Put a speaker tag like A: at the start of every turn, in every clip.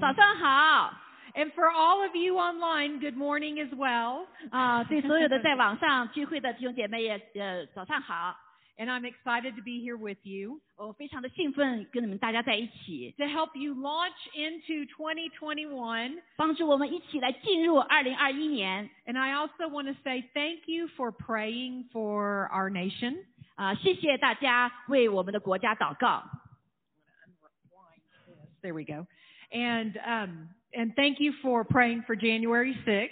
A: 早上好。
B: And for all of you online, good morning as well. Um,
A: 啊，对所有的在网上聚会的弟兄姐妹也呃早上好，
B: And I'm excited to be here with you
A: 我非常的兴奋跟你们大家在一起，
B: to help you launch into 2021.
A: 帮助我们一起来进入二零二一年。
B: And I also want to say thank you for praying for our nation.
A: 啊，谢谢大家为我们的国家祷告，
B: Yes, there we go. And um, and thank you for praying for January 6th.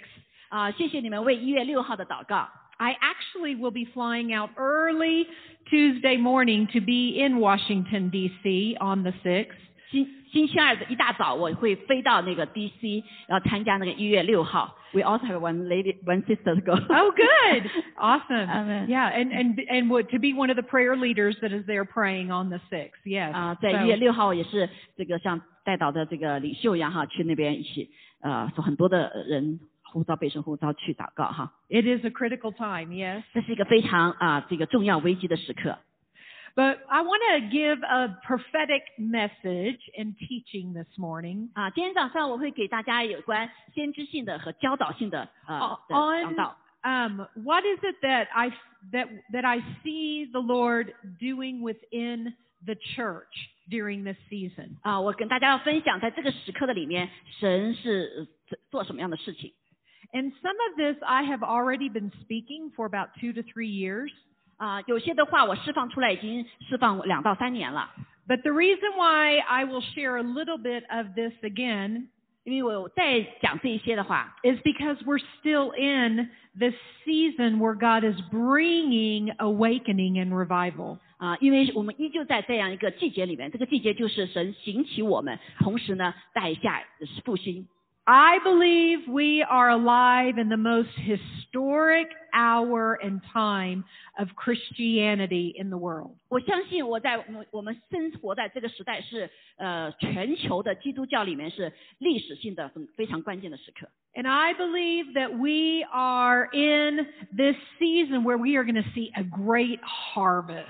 A: 啊，谢谢你们为一月六号的祷告。
B: I actually will be flying out early Tuesday morning to be in Washington, D.C. on the 6th.
A: 星星期二的一大早，我会飞到那个 DC，要参加那个一月六号。We 哦 also have one lady, one sister to go.
B: Oh, good. Awesome.
A: Amen.
B: Yeah, and, and, and would, to be one of the prayer leaders that is there praying on the 6th. Yes.
A: 啊、在一月六号我也是这个像带导的这个领袖一样哈，去那边一起呃，说很多的人呼召被神呼召去祷告哈，
B: It is a critical time, yes.
A: 这是一个非常啊、这个重要危机的时刻。
B: But I want to give a prophetic message and teaching this morning
A: 啊，今天早上我会给大家有关先知性的和教导性的呃的
B: On-
A: 讲道。
B: um, what is it that I that that I see the Lord doing within the church during this season?
A: 啊，我跟大家要分享，在这个时刻的里面，神是呃做什么样的事情
B: And some of this I have already been speaking for about two to three years.
A: 啊？有些的话我释放出来已经释放两到三年了，
B: But the reason why I will share a little bit of this again
A: 因为我再讲这一些的话，
B: is because we're still in this season where God is bringing awakening and revival.
A: 啊，因为我们依旧在这样一个季节里面，这个季节就是神行起我们，同时呢带下复兴。
B: I believe we are alive in the most historic hour and time of Christianity in the world.
A: 我相信我在我们我们生活在这个时代是呃全球的基督教里面是历史性的很非常关键的时刻
B: And I believe that we are in this season where we are going to see a great harvest.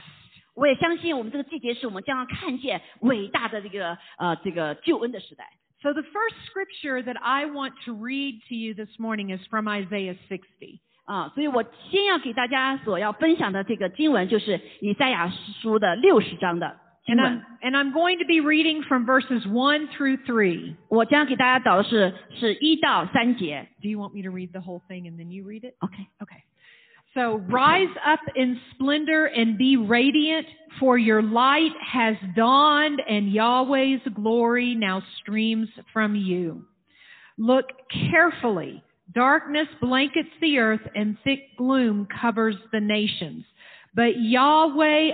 A: 我也相信我们这个季节是我们将要看见伟大的这个呃这个救恩的时代
B: So the first scripture that I want to read to you this morning is from Isaiah 60.
A: 啊，所以我先要给大家所要分享的这个经文就是以赛亚书的六十章的经
B: And
A: 文
B: I'm,。and I'm going to be reading from verses 1 through 3.
A: 我将给大家导的是是一到三节
B: Do you want me to read the whole thing and then you read it?
A: ，OK。
B: Okay. So rise up in splendor and be radiant, for your light has dawned, and Yahweh's glory now streams from you. Look carefully. Darkness blankets the earth, and thick gloom covers the nations. But Yahweh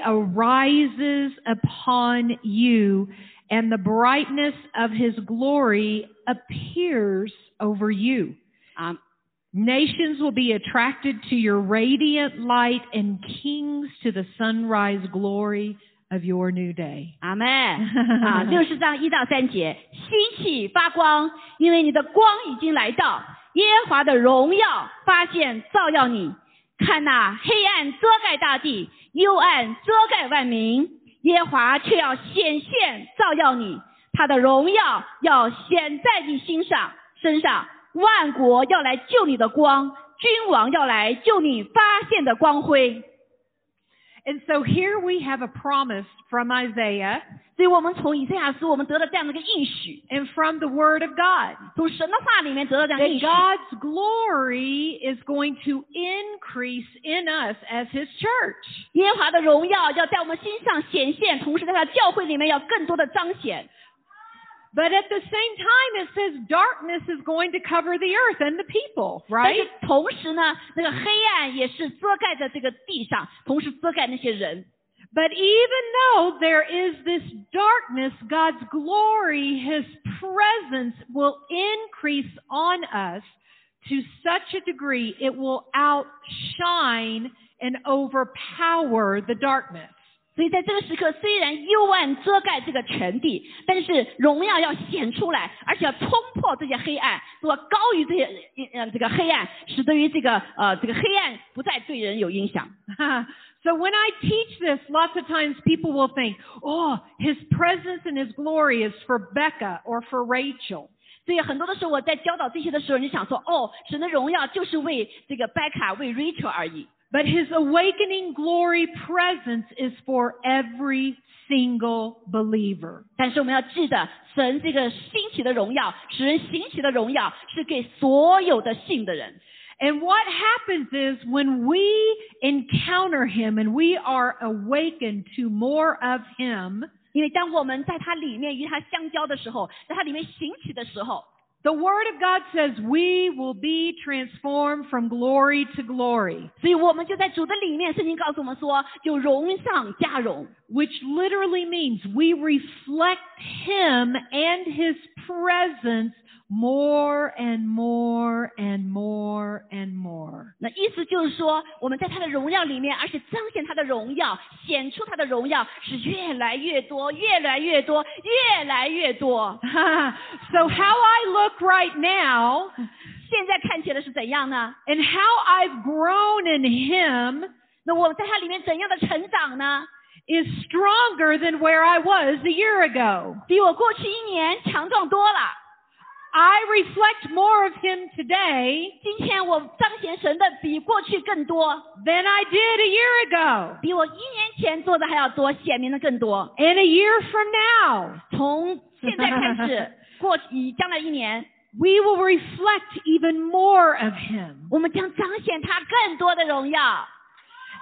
B: arises upon you, and the brightness of his glory appears over you.
A: 啊，
B: Nations will be attracted to your radiant light and kings to the sunrise glory of your new day.
A: 阿妹啊，六十章一到三节，兴起发光，因为你的光已经来到，耶和华的荣耀发现照耀你。看呐、黑暗遮盖大地，幽暗遮盖万民，耶和华却要显现照耀你，他的荣耀要显在你心上身上，万国要来救你的光，君王要来救你发现的光辉。
B: And so here we have a promise from Isaiah
A: 所以我们从以赛亚书，我们得到这样的一个应许。
B: and from the Word of God
A: 从神的话里面得到这样的
B: that
A: 应许，
B: God's glory is going to increase in us as His church.
A: 耶和华的荣耀要在我们心上显现，同时在他的教会里面要更多的彰显。
B: But at the same time, it says darkness is going to cover the earth and the people,
A: 但
B: right?
A: 是同时呢，那个黑暗也是遮盖在这个地上，同时遮盖那些人。
B: But even though there is this darkness, God's glory, His presence will increase on us to such a degree it will outshine and overpower the darkness.
A: 所以在这个时刻，虽然幽暗遮盖这个全地，但是荣耀要显出来，而且要冲破这些黑暗，做高于这些呃这个黑暗，使得于这个呃这个黑暗不再对人有影响。
B: so when I teach this, lots of times people will think, oh, His presence and His glory is for Becca or for Rachel.
A: 对，很多的时候我在教导这些的时候，你想说，哦，神的荣耀就是为这个 Becca 为 Rachel 而已。
B: But his awakening glory presence is for every single believer.
A: 但是我们要记得，神这个兴起的荣耀，使人兴起的荣耀，是给所有的信的人。
B: And what happens is when we encounter him and we are awakened to more of him,
A: 因为当我们在它里面与它相交的时候，在它里面兴起的时候，
B: the word of God says we will be transformed from glory to glory,
A: 所以我们就在主的里面，圣经告诉我们说，就荣上加荣。
B: which literally means we reflect him and his presence more and more and more and more.
A: 那意思就是说，我们在他的荣耀里面，而且彰显他的荣耀，显出他的荣耀，是越来越多，越来越多，越来越多。
B: so how I look right now
A: 现在看起来是怎样呢？
B: and how I've grown in him
A: 那我们在他里面怎样的成长呢？
B: is stronger than where I was a year ago.
A: 比我过去一年强壮多了。
B: I reflect more of him today
A: 今天我彰显神的比过去更多，
B: than I did a year ago.
A: 比我一年前做的还要多，显明的更多。
B: And a year from now,
A: 从现在开始，过以将来一年，
B: we will reflect even more of him.
A: 我们将彰显他更多的荣耀。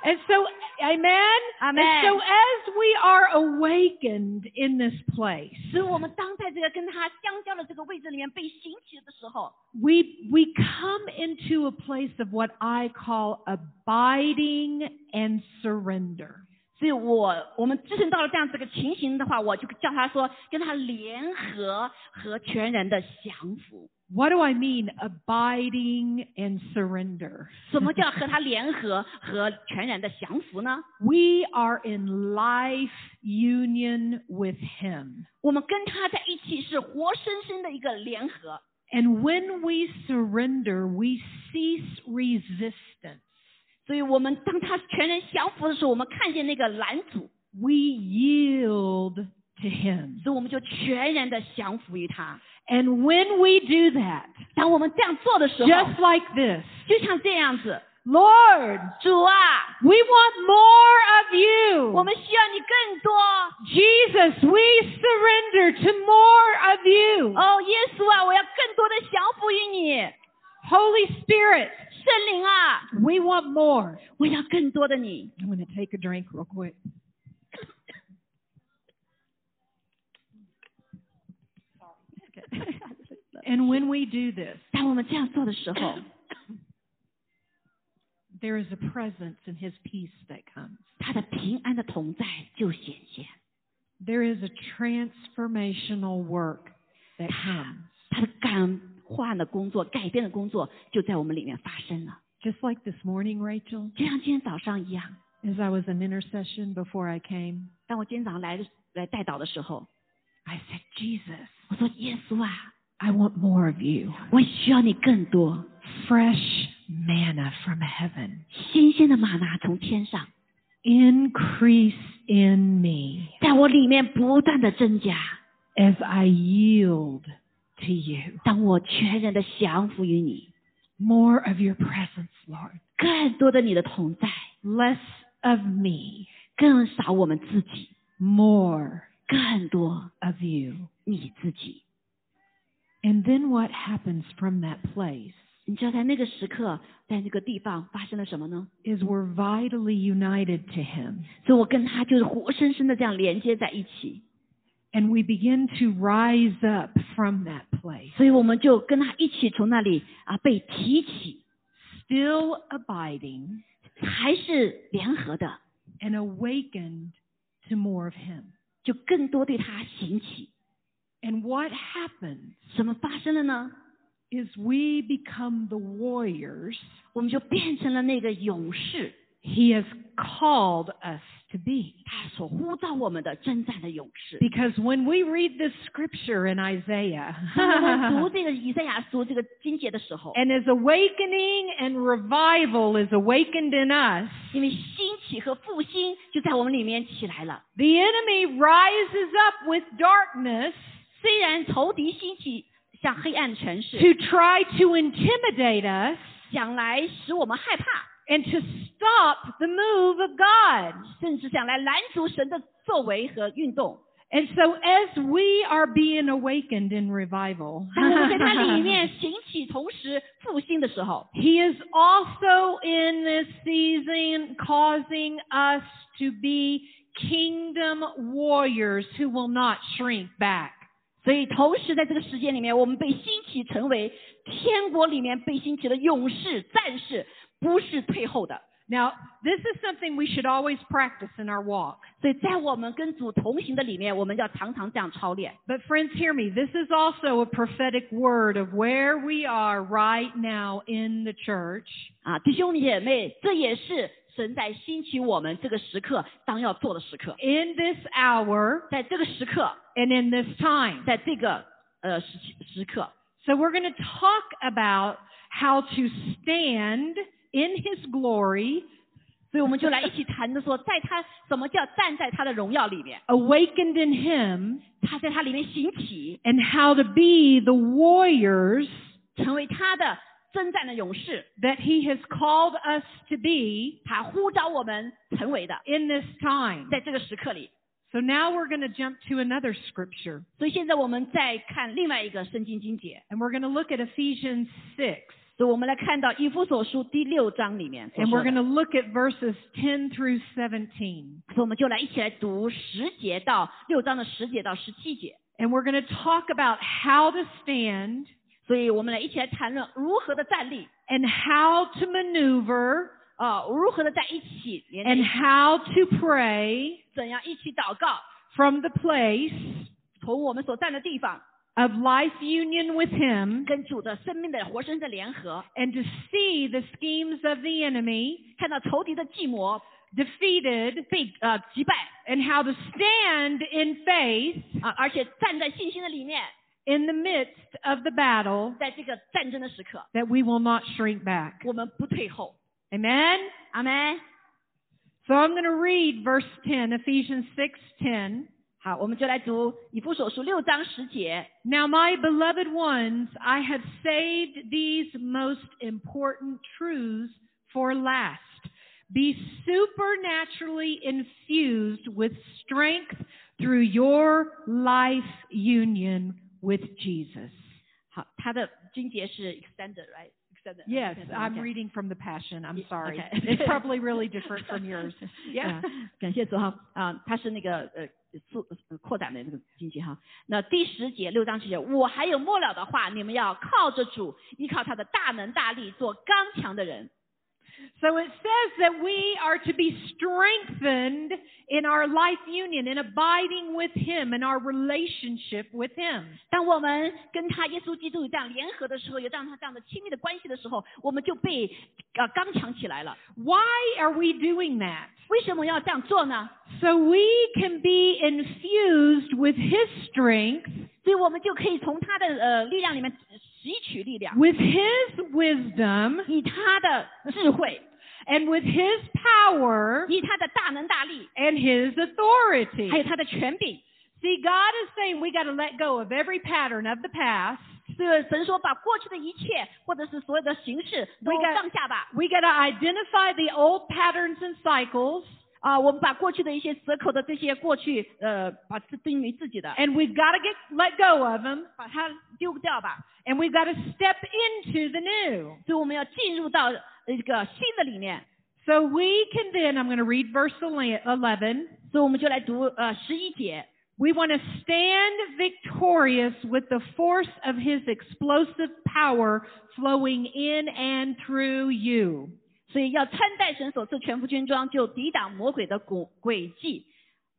B: And so, amen?
A: Amen.
B: And so as we are awakened in this place,
A: 所以我们当在这个跟他相交的这个位置里面被兴起的时候，
B: we, we come into a place of what I call abiding and surrender.
A: 所以我我们自身到了这样子一个情形的话，我就叫他说跟他联合和全然的降服。
B: What do I mean, abiding and surrender?
A: 什么叫和他联合和全然的降服呢？
B: We are in life union with Him.
A: 我们跟他在一起是活生生的一个联合。
B: And when we surrender, we cease resistance.
A: 所以我们当他全然降服的时候，我们看见那个拦阻，
B: We yield to Him.
A: 所以我们就全然的降服于他。
B: And when we do that,
A: 当我们这样做的时候，
B: just like this,
A: 就像这样子，
B: Lord,
A: 主啊，
B: we want more
A: 我
B: of you.
A: 们需要你更多。
B: Jesus, we surrender to more of you.
A: 哦，耶稣啊，我要更多的降服于你，
B: Holy Spirit,
A: 圣灵啊，
B: we want more.
A: 我要更多的你。
B: I'm going to take a drink real quick. and when we do this,
A: 当我们这样做的时候，
B: there is a presence in His peace that comes.
A: 他的平安的同在就显现，
B: There is a transformational work that comes,
A: 他的感化的工作、改变的工作就在我们里面发生了，
B: just like this morning, Rachel,
A: 就像今天早上一样。
B: as I was in intercession before I came.
A: 当我今天早上来的来带导的时候，
B: I said, Jesus,
A: 我说：“耶稣啊，
B: I want more of you.
A: 我需要你更多，
B: Fresh manna from heaven.
A: 新鲜的玛拿从天上，
B: Increase in me.
A: 在我里面不断的增加。
B: as I yield to you.
A: 当我全然的降服于你，
B: More of your presence, Lord.
A: 更多的你的同在，
B: Less of me,
A: 更少我们自己，
B: more
A: 更多
B: of you.
A: 你自己。
B: And then what happens from that place
A: 你知道在那个时刻，在那个地方发生了什么呢？
B: is we're vitally united to Him
A: 所以我跟他就是活生生的这样连接在一起，
B: and we begin to rise up from that place,
A: 所以我们就跟他一起从那里啊被提起，
B: still abiding
A: 还是联合的，
B: and awakened to more of Him.
A: 就更多对他行起。
B: And what happens
A: 什么发生了呢？
B: is we become the warriors
A: 我们就变成了那个勇士，
B: He has called us to be.
A: 他所呼召我们的征战的勇士。
B: Because when we read this scripture in Isaiah,
A: 当我们读这个以赛亚书这个经节的时候，
B: and as awakening and revival is awakened in us,
A: 因为兴起和复兴就在我们里面起来了。
B: the enemy rises up with darkness
A: 虽然仇敌兴起像黑暗的城市，
B: to try to intimidate us
A: 想来使我们害怕，
B: and to stop the move of God.
A: 甚至想来拦阻神的作为和运动。
B: And so as we are being awakened in revival,
A: 当我们在它里面行起，同时复兴的时候，
B: He is also in this season causing us to be kingdom warriors who will not shrink back.
A: 所以同时在这个时间里面，我们被兴起成为天国里面被兴起的勇士、战士，不是退后的。
B: Now, this is something we should always practice in our walk.
A: 所以在我们跟主同行的里面，我们要常常这样操练。
B: But friends, hear me. This is also a prophetic word of where we are right now in the church.
A: 啊，弟兄姐妹，这也是神在兴起我们这个时刻当要做的时刻，
B: In this hour
A: 在这个时刻，
B: and in this time.
A: 在这个呃时时刻，
B: So we're going to talk about how to stand in his glory,
A: 所以我们就来一起谈的说，在他什么叫站在他的荣耀里面，
B: awakened in him,
A: 他在他里面行起，
B: and how to be the warriors
A: 成为他的征战的勇士，
B: that he has called us to be
A: 他呼召我们成为的，
B: in this time.
A: 在这个时刻里。
B: So now we're going to jump to another scripture.
A: 所以现在我们再看另外一个圣经经节，
B: And we're going to look at Ephesians 6.
A: 所以我们来看到以弗所书第六章里面所
B: And we're
A: 说
B: going
A: 的，
B: to look at verses 10 through 17.
A: 所以我们就来一起来读十节到六章的十节到十七节。
B: And we're going to talk about how to stand
A: 所以我们来一起来谈论如何的站立
B: and how to maneuver
A: 啊、如何的在一起连在
B: and
A: 一起
B: how to pray
A: 怎样一起祷告，
B: from the place
A: 从我们所站的地方
B: of life union with Him
A: 跟主的生命的活生生的联合，
B: and to see the schemes of the enemy
A: 看到仇敌的计谋
B: defeated
A: 被呃击败
B: and how to stand in faith
A: 啊、而且站在信心的里面，
B: in the midst of the battle
A: 在这个战争的时刻，
B: that we will not shrink back.
A: 我们不退后。
B: Amen.
A: 阿门。
B: So I'm going to read verse 10, Ephesians 6:10.
A: 好，我们就来读以弗所书六章十节。
B: Now, my beloved ones, I have saved these most important truths for last. Be supernaturally infused with strength through your life union with Jesus.
A: 好，它的经节是啊 extended right extended。
B: Yes, 啊
A: Okay,
B: I'm
A: okay.
B: reading from the Passion. I'm
A: Yeah,
B: sorry.
A: okay.
B: It's probably really different from yours.
A: Yeah. 感谢主哈啊，它是那个呃速呃扩展的这个经济哈。那第十节六章十节，我还有末了的话，你们要靠着主，依靠他的大能大力，做刚强的人。
B: So it says that we are to be strengthened in our life union, in abiding with Him, in our relationship with Him.
A: 当我们跟他耶稣基督有这样联合的时候，有这样他这样的亲密的关系的时候，我们就被呃刚强起来了。
B: Why are we doing that?
A: 为什么要这样做呢？
B: So we can be infused with His strength,
A: 所以我们就可以从他的呃力量里面吸取力量，
B: with His wisdom,
A: 以他的智慧，
B: and with His power
A: 以他的大能大力，
B: and His authority.
A: 还有他的权柄。
B: See, God is saying we got to let go of every pattern of the past.
A: 对，神说把过去的一切或者是所有的形式都
B: We got-
A: 放下吧。
B: We got to identify the old patterns and cycles.
A: 啊，我们把过去的一些折扣的这些过去，呃，把自定为自己的，哎
B: and we've got to get let go of them
A: 把它丢掉吧。
B: and we've got to step into the new
A: 所以我们要进入到呃这个新的里面。
B: so we can then i'm going to read verse 11
A: 所以我们就来读呃十一节，
B: we want to stand victorious with the force of his explosive power flowing in and through you
A: 所以要穿戴神所赐全副军装，就抵挡魔鬼的诡诡计，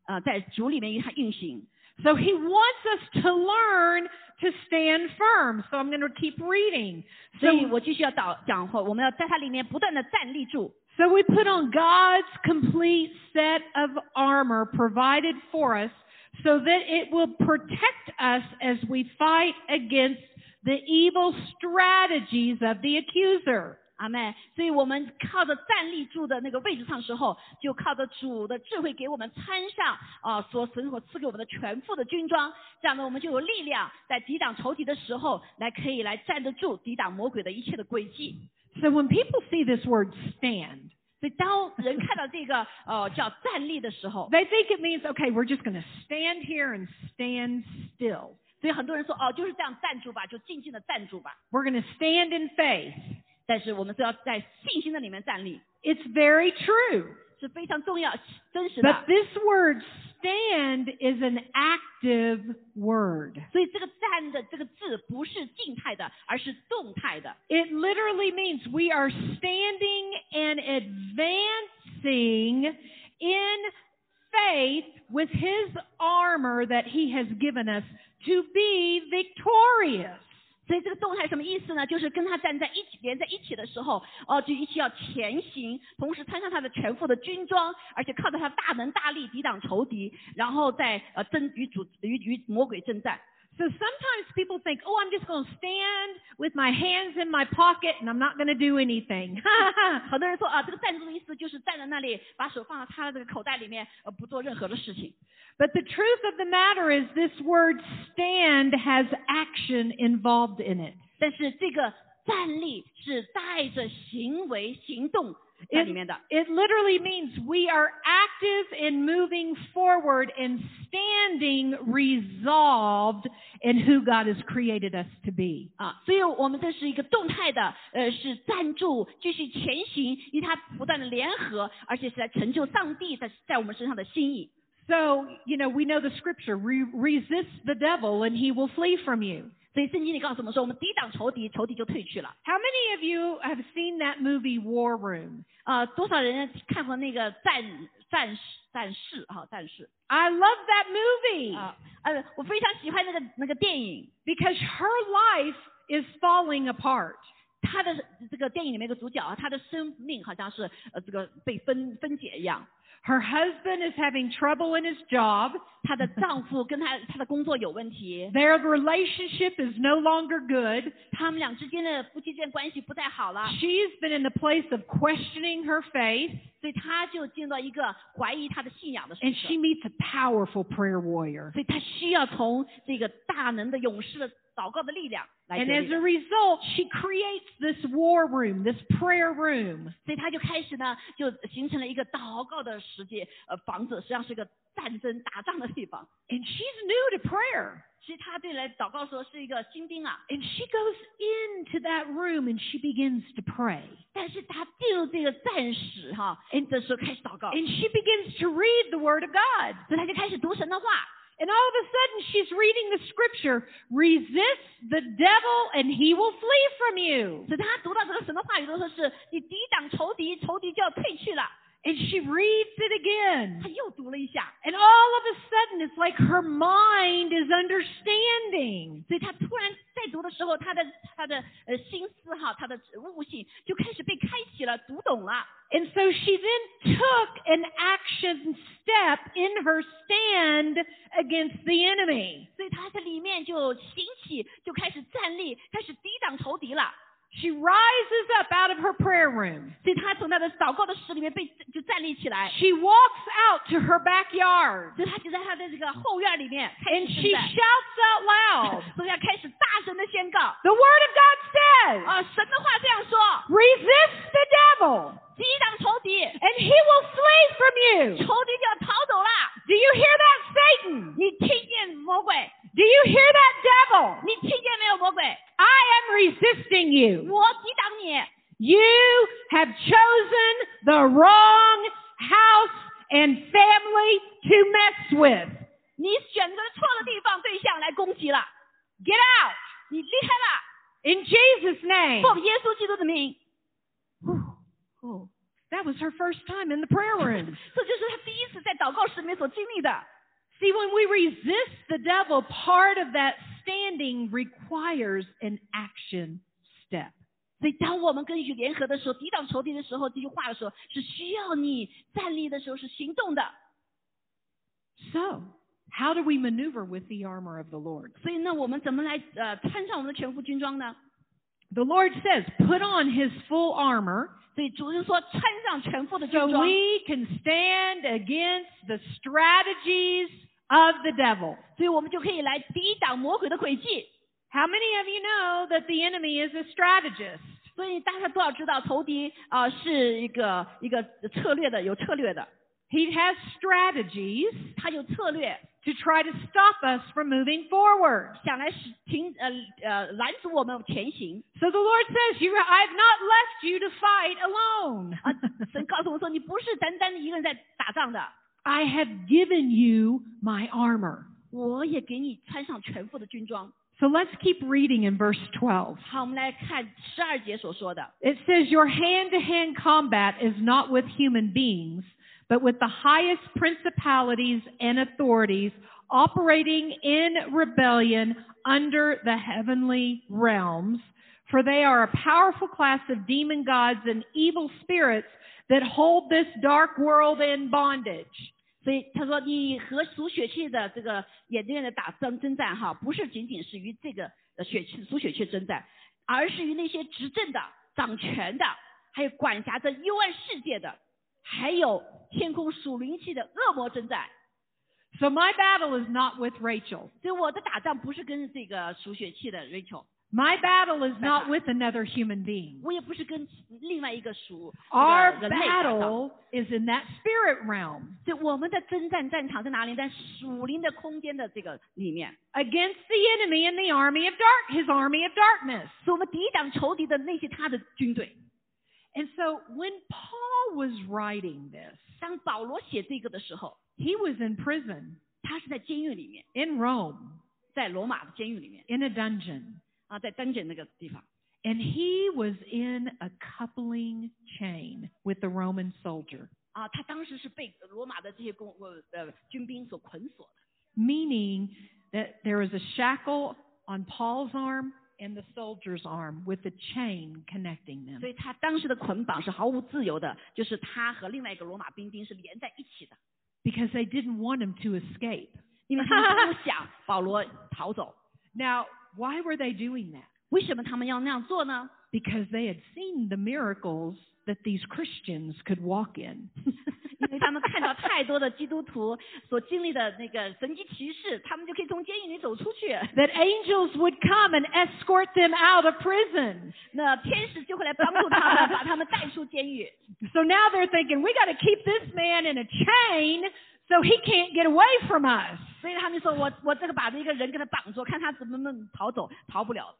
A: 啊，在主里面与他运行。
B: so he wants us to learn to stand firm so i'm going to keep reading
A: 所
B: so,
A: 以我继续要导讲后，我们要在它里面不断的站立住，
B: so we put on god's complete set of armor provided for us so that it will protect us as we fight against the evil strategies of the accuser.
A: 阿妹，所以我们靠着站立住的那个位置上时候，就靠着主的智慧给我们穿上啊、所神所赐给我们的全副的军装，这样呢，我们就有力量在抵挡仇敌的时候，来可以来站得住，抵挡魔鬼的一切的诡计。
B: So when people see this word stand,
A: 所以当人看到这个呃叫站立的时候，
B: they think it means, okay, we're just going to stand here and stand still.
A: 所以很多人说哦就是这样站住吧，就静静的站住吧。
B: We're going to stand in faith.
A: 但是我们都要在信心的里面站立，
B: It's very true.
A: 是非常重要、真实
B: But
A: 的。
B: this word stand is an active word.
A: 所以这个“站”的这个字不是静态的，而是动态的。
B: It literally means we are standing and advancing in faith with his armor that he has given us to be victorious.
A: 所以这个动态什么意思呢？就是跟他站在一起、连在一起的时候，哦、就一起要前行，同时穿上他的全副的军装，而且靠着他大能大力抵挡仇敌，然后再呃争与主与与魔鬼征战。
B: So sometimes people think, oh, I'm just going to stand with my hands in my pocket and I'm not going to do anything.
A: 很多人说啊，这个站住的意思就是站在那里，把手放到他的这个口袋里面，呃，不做任何的事情。
B: but the truth of the matter is this word stand has action involved in it.
A: 但是这个站立是带着行为行动在里面
B: It,
A: 的，
B: it literally means we are active in moving forward and standing resolved in who God has created us to be.
A: 啊，所以我们这是一个动态的，呃，是站住，继续前行，与他不断的联合，而且是来成就上帝在在我们身上的心意。
B: So, you know, we know the scripture re- resist the devil and he will flee from you.
A: 所以圣经里告诉我们说，我们抵挡仇敌，仇敌就退去了。
B: How many of you have seen that movie War Room?
A: 啊，多少人看过那个战战士战士啊战士
B: I love that movie
A: 啊？呃，我非常喜欢那个那个电影，
B: because her life is falling apart.
A: 他的这个电影里面一个主角啊，他的生命好像是呃这个被分分解一样。
B: Her husband is having trouble in his job.
A: 她的丈夫跟她她的工作有问题，
B: Their relationship is no longer good.
A: 他们俩之间的夫妻间关系不太好了，
B: She's been in the place of questioning her faith,
A: 所以她就进入到一个怀疑她的信仰的时
B: and
A: 刻
B: she。meets a powerful prayer warrior.
A: 所以她需要从这个大能的勇士的祷告的力量来
B: And
A: 得
B: as
A: 力
B: a result, she creates this war room, this prayer room.
A: 所以她就开始呢，就形成了一个祷告的世界，呃，房子实际上是一个战争打仗的地方。
B: And she's new to prayer.
A: 其实她对来祷告的时候是一个新兵啊，
B: And she goes into that room and she begins to pray.
A: 但是她进入这个战士哈，哎，这时候开始祷告，
B: And she begins to read the Word of God.
A: 所以她就开始读神的话。
B: And all of a sudden, she's reading the scripture resist the devil and he will flee from you.
A: 所以他读到这个神的话语的时候是，你抵挡仇敌，仇敌就要退去了。
B: And she reads it again.
A: 他又读了一下，
B: And all of a sudden, it's like her mind is understanding.
A: 所以他突然在读的时候，他的他的呃心思哈，他的悟性就开始被开启了，读懂了。
B: And so she then took an action step in her stand against the enemy.
A: 所以他在里面就兴起，就开始站立，开始抵挡仇敌了。
B: She rises up out of her prayer room.
A: 所以他从他的祷告的室里面被就站立起来，
B: She walks out to her backyard
A: 所以他就在他的这个后院里面开
B: and
A: 始
B: she
A: 征战
B: shouts out loud
A: 所以要开始大声的宣告
B: The Word of God
A: 啊，神的话这样说：
B: says, resist the devil
A: 抵挡仇敌，哎
B: and he will flee from
A: 仇敌
B: you.
A: 就要逃走了。
B: Do you hear that, Satan?
A: 你听见魔鬼？
B: Do you hear that, devil?
A: 你听见没有，魔鬼？
B: I am resisting you.
A: 我抵挡你，
B: You have chosen the wrong house and family to mess with.
A: 你选择错的地方对象来攻击了，
B: Get out
A: 你离开
B: in Jesus' name.
A: 了，奉耶稣基督的名。
B: Oh, that was her first time in the prayer room.
A: 这就是他第一次在祷告室里面所经历的。
B: See, when we resist the devil, part of that standing requires an action step.
A: 所以，当我们跟与联合的时候，抵挡仇敌的时候，这句话的时候，是需要你站立的时候是行动的。
B: So, how do we maneuver with the armor of the Lord?
A: 所以呢，我们怎么来呃穿上我们的全副军装呢？
B: The Lord says, put on his full armor
A: 所以主就说穿上全副的军
B: so
A: 装，
B: we can stand against the strategies of the devil.
A: 所以我们就可以来抵挡魔鬼的诡计。
B: How many of you know that the enemy is a strategist?
A: 所以大家都要知道，仇敌啊、呃是一个一个策略的，有策略的，
B: He has strategies
A: 他有策略
B: to try to stop us from moving forward.
A: 想来使停呃呃拦阻我们前行
B: So the Lord says, you, I've not left you to fight alone.
A: 啊。神告诉我说，你不是单单的一个人在打仗的，
B: I have given you my armor.
A: 我也给你穿上全副的军装。
B: So let's keep reading in verse 12.
A: 好，我们来看十二节所说的，
B: It says, Your hand to hand combat is not with human beings, but with the highest principalities and authorities operating in rebellion under the heavenly realms. For they are a powerful class of demon gods and evil spirits that hold this dark world in bondage.
A: 所以他说你和属血气的这个眼睛的打争征战哈，不是仅仅是与这个呃血气属血气的征战，而是与那些执政的、掌权的，还有管辖着幽暗世界的，还有天空属灵气的恶魔征战。
B: So my battle is not with Rachel.
A: 所以我的打仗不是跟这个属血气的 Rachel，
B: My battle is not with another human being.
A: 我也不是跟另外一个属呃那
B: Our
A: 个人类打仗
B: battle is in that spirit realm.
A: 所以我们的征战战场在哪里？在属灵的空间的这个里面，
B: against the enemy and the army of dark, his army of darkness.
A: 所以我们抵挡仇敌的那些他的军队。
B: And so when Paul was writing this,
A: 当保罗写这个的时候，
B: he was in prison
A: 他是在监狱里面，
B: in Rome
A: 在罗马的监狱里面
B: in a dungeon,
A: 啊，在 dungeon 那个地方，
B: and he was in a coupling chain with the Roman soldier,
A: 啊，他当时是被罗马的这些公呃呃军兵所捆锁的，
B: meaning that there was a shackle on Paul's arm and the soldier's arm with a chain connecting them.
A: 所以他当时的捆绑是毫无自由的，就是他和另外一个罗马兵丁是连在一起的，
B: Because they didn't want him to escape.
A: 因为他们不想保罗逃走。
B: Now, why were they doing that?
A: 为什么他们要那样做呢？
B: because they had seen the miracles that these Christians could walk in.
A: 因为他们看到太多的基督徒所经历的那个神迹奇事，他们就可以从监狱里走出去，
B: that angels would come and escort them out of prison.
A: 那天使就会来帮助他们，把他们带出监狱。
B: So now they're thinking, we got to keep this man in a chain so he can't get away from us.
A: 所以他们说我我这个把这个人给他绑住，看他怎么能逃走，逃不了。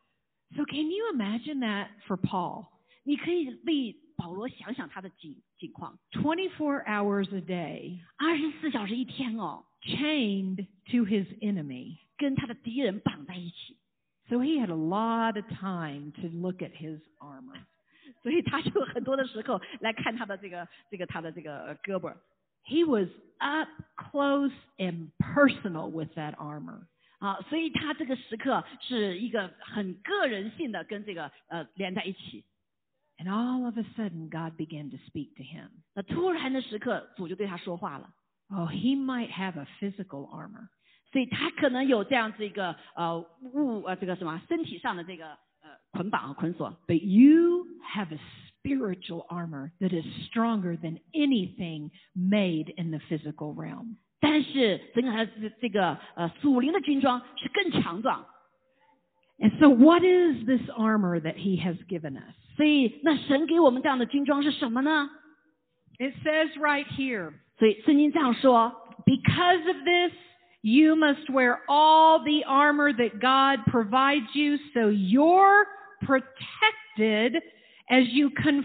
B: So can you imagine that for Paul?
A: 你可以为保罗想想他的境境况，
B: 24 hours a day,
A: 二十四小时一天哦，
B: chained to his enemy.
A: 跟他的敌人绑在一起，
B: So he had a lot of time to look at his armor.
A: 所以他就很多的时候来看他的这个这个他的这个胳膊
B: He was up close and personal with that armor.
A: 啊，所以他这个时刻是一个很个人性的跟这个呃连在一起。
B: And all of a sudden, God began to speak to him.
A: 那突然的时刻，主就对他说话了，
B: Oh, he might have a physical armor,
A: 所以他可能有这样子一个呃物呃这个什么身体上的这个呃捆绑捆锁。
B: but you have a spiritual armor that is stronger than anything made in the physical realm.
A: 但是整个他这这个呃属灵的军装是更强壮，
B: And so, what is this armor that he has given us?
A: 所以那神给我们这样的军装是什么呢？
B: It says right here
A: 所以圣经这样说，
B: because of this, you must wear all the armor that God provides you so you're protected as you confront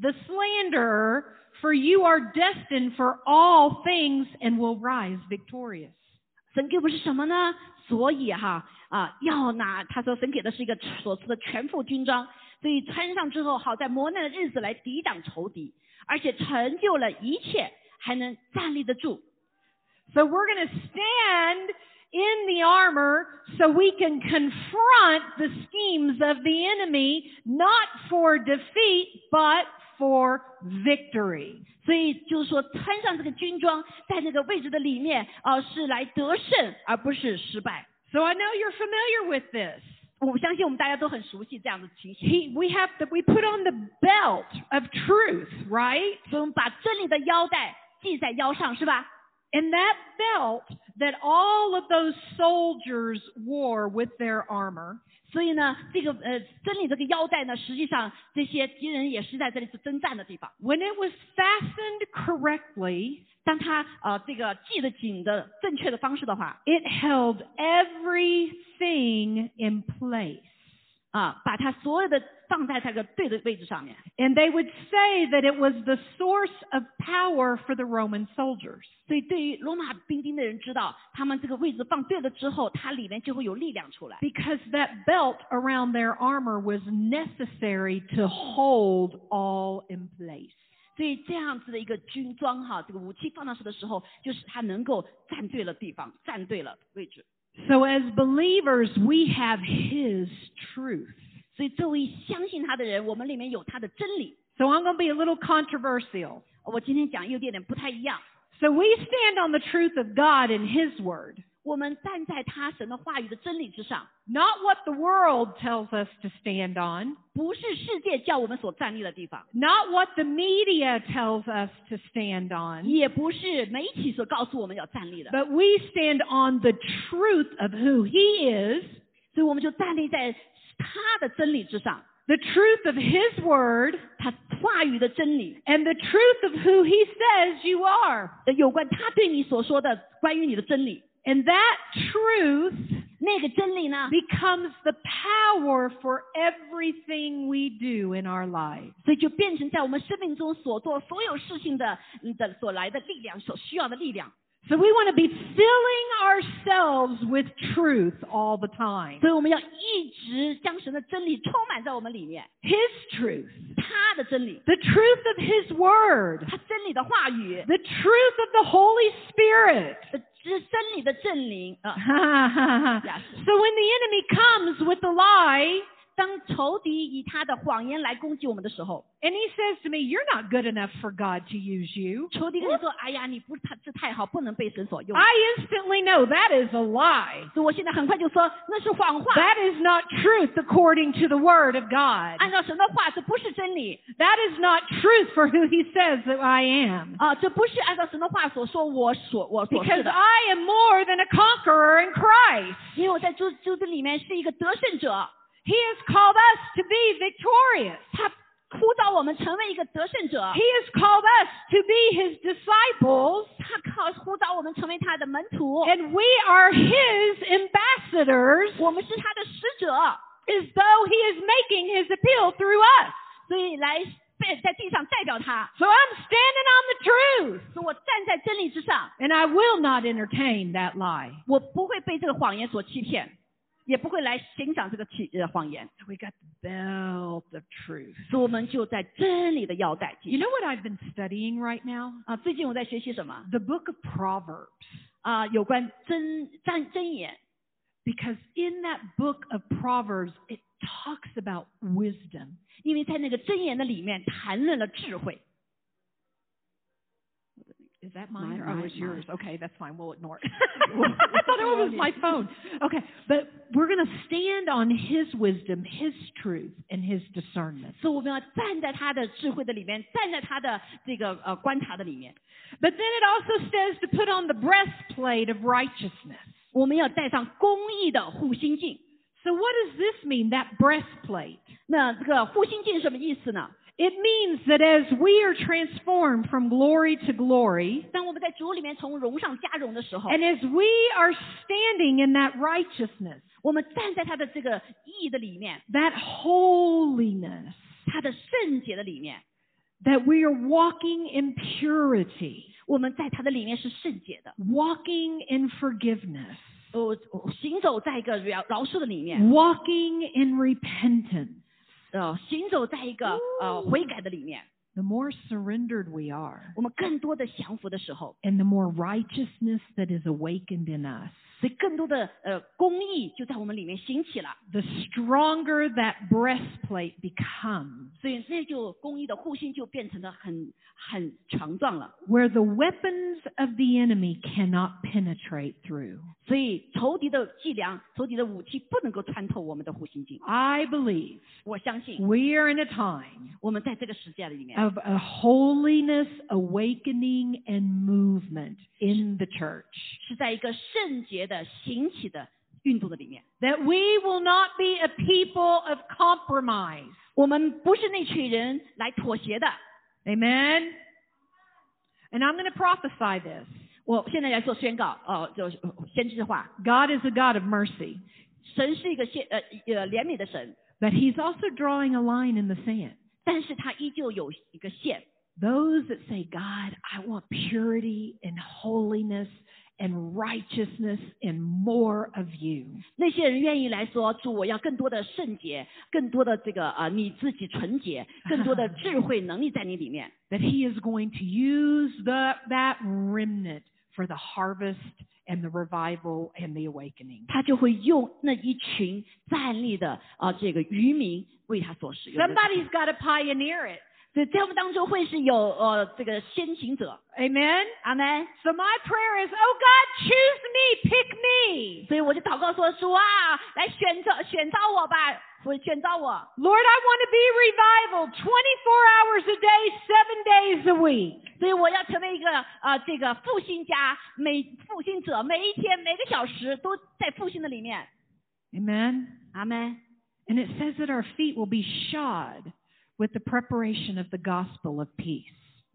B: the slanderer, for you are destined for all things and will rise victorious.
A: 神给我们是什么呢？所以哈啊、要拿他说神给的是一个所赐的全副军装，所以穿上之后，好在磨难的日子来抵挡仇敌，而且成就了一切，还能站立得住。
B: So we're going to stand in the armor so we can confront the schemes of the enemy, not for defeat, but for victory.
A: 所以就是说，穿上这个军装，在那个位置的里面，啊，是来得胜，而不是失败。
B: So I know you're familiar with this.
A: 我我相信我们大家都很熟悉这样的情形。
B: He, we have the, we put on the belt of truth, right?
A: 所以我们把真理的腰带系在腰上，是吧？
B: And that belt that all of those soldiers wore with their armor
A: 所以呢，这个呃真理这个腰带呢，实际上这些敌人也是在这里是征战的地方。
B: when it was fastened correctly,
A: 当他呃这个系得紧的正确的方式的话，
B: it held everything in place.
A: 啊，把它所有的放在这个对的位置上面。
B: And they would say that it was the source of power for the Roman soldiers.
A: 所以对于罗马兵丁的人知道，他们这个位置放对了之后，它里面就会有力量出来。
B: Because that belt around their armor was necessary to hold all in place.
A: 所以这样子的一个军装哈，这个武器放上去的时候，就是它能够站对了地方，站对了位置。
B: So as believers, we have His truth.
A: 所以作为相信他的人，我们里面有他的真理。
B: So I'm going to be a little controversial.
A: 我今天讲有点点不太一样。
B: So we stand on the truth of God and His Word,
A: 我们站在他神的话语的真理之上，
B: not what the world tells us to stand on,
A: 不是世界叫我们所站立的地方，
B: not what the media tells us to stand on,
A: 也不是媒体所告诉我们要站立的。
B: but we stand on the truth of who He is,
A: 所以我们就站立在他的真理之上，
B: the truth of His Word,
A: 他话语的真理，
B: and the truth of who He says you are.
A: 呃有关他对你所说的关于你的真理。
B: And that truth
A: 那个真理呢，
B: becomes the power for everything we do in our lives.
A: 所以就变成在我们生命中所做所有事情的嗯的所来的力量，所需要的力量。
B: So we want to be filling ourselves with truth all the time.
A: 所以我们要一直将神的真理充满在我们里面，
B: His truth,
A: 他的真理，
B: the truth of His Word,
A: 他真理的话语，
B: the truth of the Holy Spirit.
A: 呃知真理的证灵啊、
B: so when
A: Yes.
B: the enemy comes with a lie
A: 当仇敌以他的谎言来攻击我们的时候，
B: and he says to me, You're not good enough for God to use you,
A: 仇敌跟你说：“哎呀，你不太这太好，不能被神所用。
B: I instantly know that is a lie. ”
A: 所以我现在很快就说那是谎话，
B: That is not truth according to the Word of God.
A: 按照神的话，这不是真理
B: That is not truth for who He says that I am.
A: 啊、这不是按照神的话所说我所我所是
B: Because
A: 的，
B: I am more than a conqueror in Christ.
A: 因为我在主主子里面是一个得胜者，
B: He has called us to be victorious.
A: 他呼召我们成为一个得胜者
B: He，has called us to be His disciples,
A: 他靠呼召我们成为他的门徒，
B: and we are His ambassadors
A: 我们是他的使者，
B: as though He is making His appeal through us.
A: 所以来在在地上代表他，
B: So I'm standing on the truth,
A: 所以我站在真理之上。
B: and I will not entertain that lie.
A: 我不会被这个谎言所欺骗，也不会来欣赏这个欺呃谎言。
B: So we got the belt of truth.
A: 所以我们就在真理的腰带系
B: You know what I've been studying right now?
A: 啊，最近我在学习什么
B: The book of Proverbs.
A: 啊？有关真真真言，
B: Because in that book of Proverbs, it talks about wisdom.
A: 因为在那个真言的里面谈论了智慧。
B: Is that mine,
A: Mine,
B: or
A: mine,
B: oh, it's
A: mine.
B: yours? Okay, that's fine. We'll ignore it. I thought it was my phone. Okay, but we're going to stand on His wisdom, His truth, and His discernment.
A: 所以我们要站在他的智慧的里面，站在他的这个呃观察的里面，
B: But then it also says to put on the breastplate of righteousness.
A: 我们要带上公义的护心镜。
B: So what does this mean? That breastplate.
A: 那这个护心镜什么意思呢？
B: It means that as we are transformed from glory to glory,
A: 当我们在主里面从荣上加荣的时候，
B: and as we are standing in that righteousness,
A: 我们站在他的这个义的里面，
B: that holiness,
A: 他的圣洁的里面，
B: that we are walking in purity,
A: 我们在他的里面是圣洁的，
B: walking in forgiveness,
A: 我我行走在一个饶饶恕的里面，
B: walking in repentance.
A: 呃，行走在一个呃
B: 哦
A: 悔改的里面，
B: the more surrendered we are
A: 我们更多的降服的时候，
B: and the more righteousness that is awakened in us,
A: 所以更多的呃公义就在我们里面兴起了。
B: the stronger that breastplate becomes,
A: 所以这就公益的护心就变成了很很强壮了，
B: where the weapons of the enemy cannot penetrate through.
A: 所以仇敌的伎俩、仇敌的武器不能够穿透我们的护心镜。
B: I believe
A: 我相信
B: we are in a time
A: 我们在这个时代里面，
B: of a holiness awakening and movement in the church.
A: 是在一个圣洁的行起的运动的里面。
B: That we will not be a people of compromise.
A: 我们不是那群人来妥协的。
B: Amen. And I'm going to prophesy this.
A: 我现在来做宣告，哦、就是呃先知化。
B: God is a God of mercy,
A: 神是一个先呃呃怜悯的神，
B: but He's also drawing a line in the sand.
A: 但是他依旧有一个线。
B: Those that say, God, I want purity and holiness and righteousness and more of you.
A: 那些人愿意来说，主，我要更多的圣洁，更多的这个啊、呃你自己纯洁，更多的智慧能力在你里面。
B: that he is going to use the, that remnant for the harvest and the revival and the awakening.
A: 他就会用那一群站立的啊、呃这个渔民为他所使用的。
B: Somebody's got to pioneer it.
A: 所以在我们当中会是有呃这个先行者，
B: Amen.
A: 阿门。
B: So my prayer is, oh God, choose me, pick me.
A: 所以我就祷告说：“主啊，来选择选召我吧，我选召我，
B: Lord, I want to be revival 24 hours a day, 7 days a week.
A: 所以我要成为一个呃这个复兴家，每复兴者，每一天每个小时都在复兴的里面。
B: Amen. ”
A: 阿门。
B: And it says that our feet will be shod with the preparation of the gospel of peace.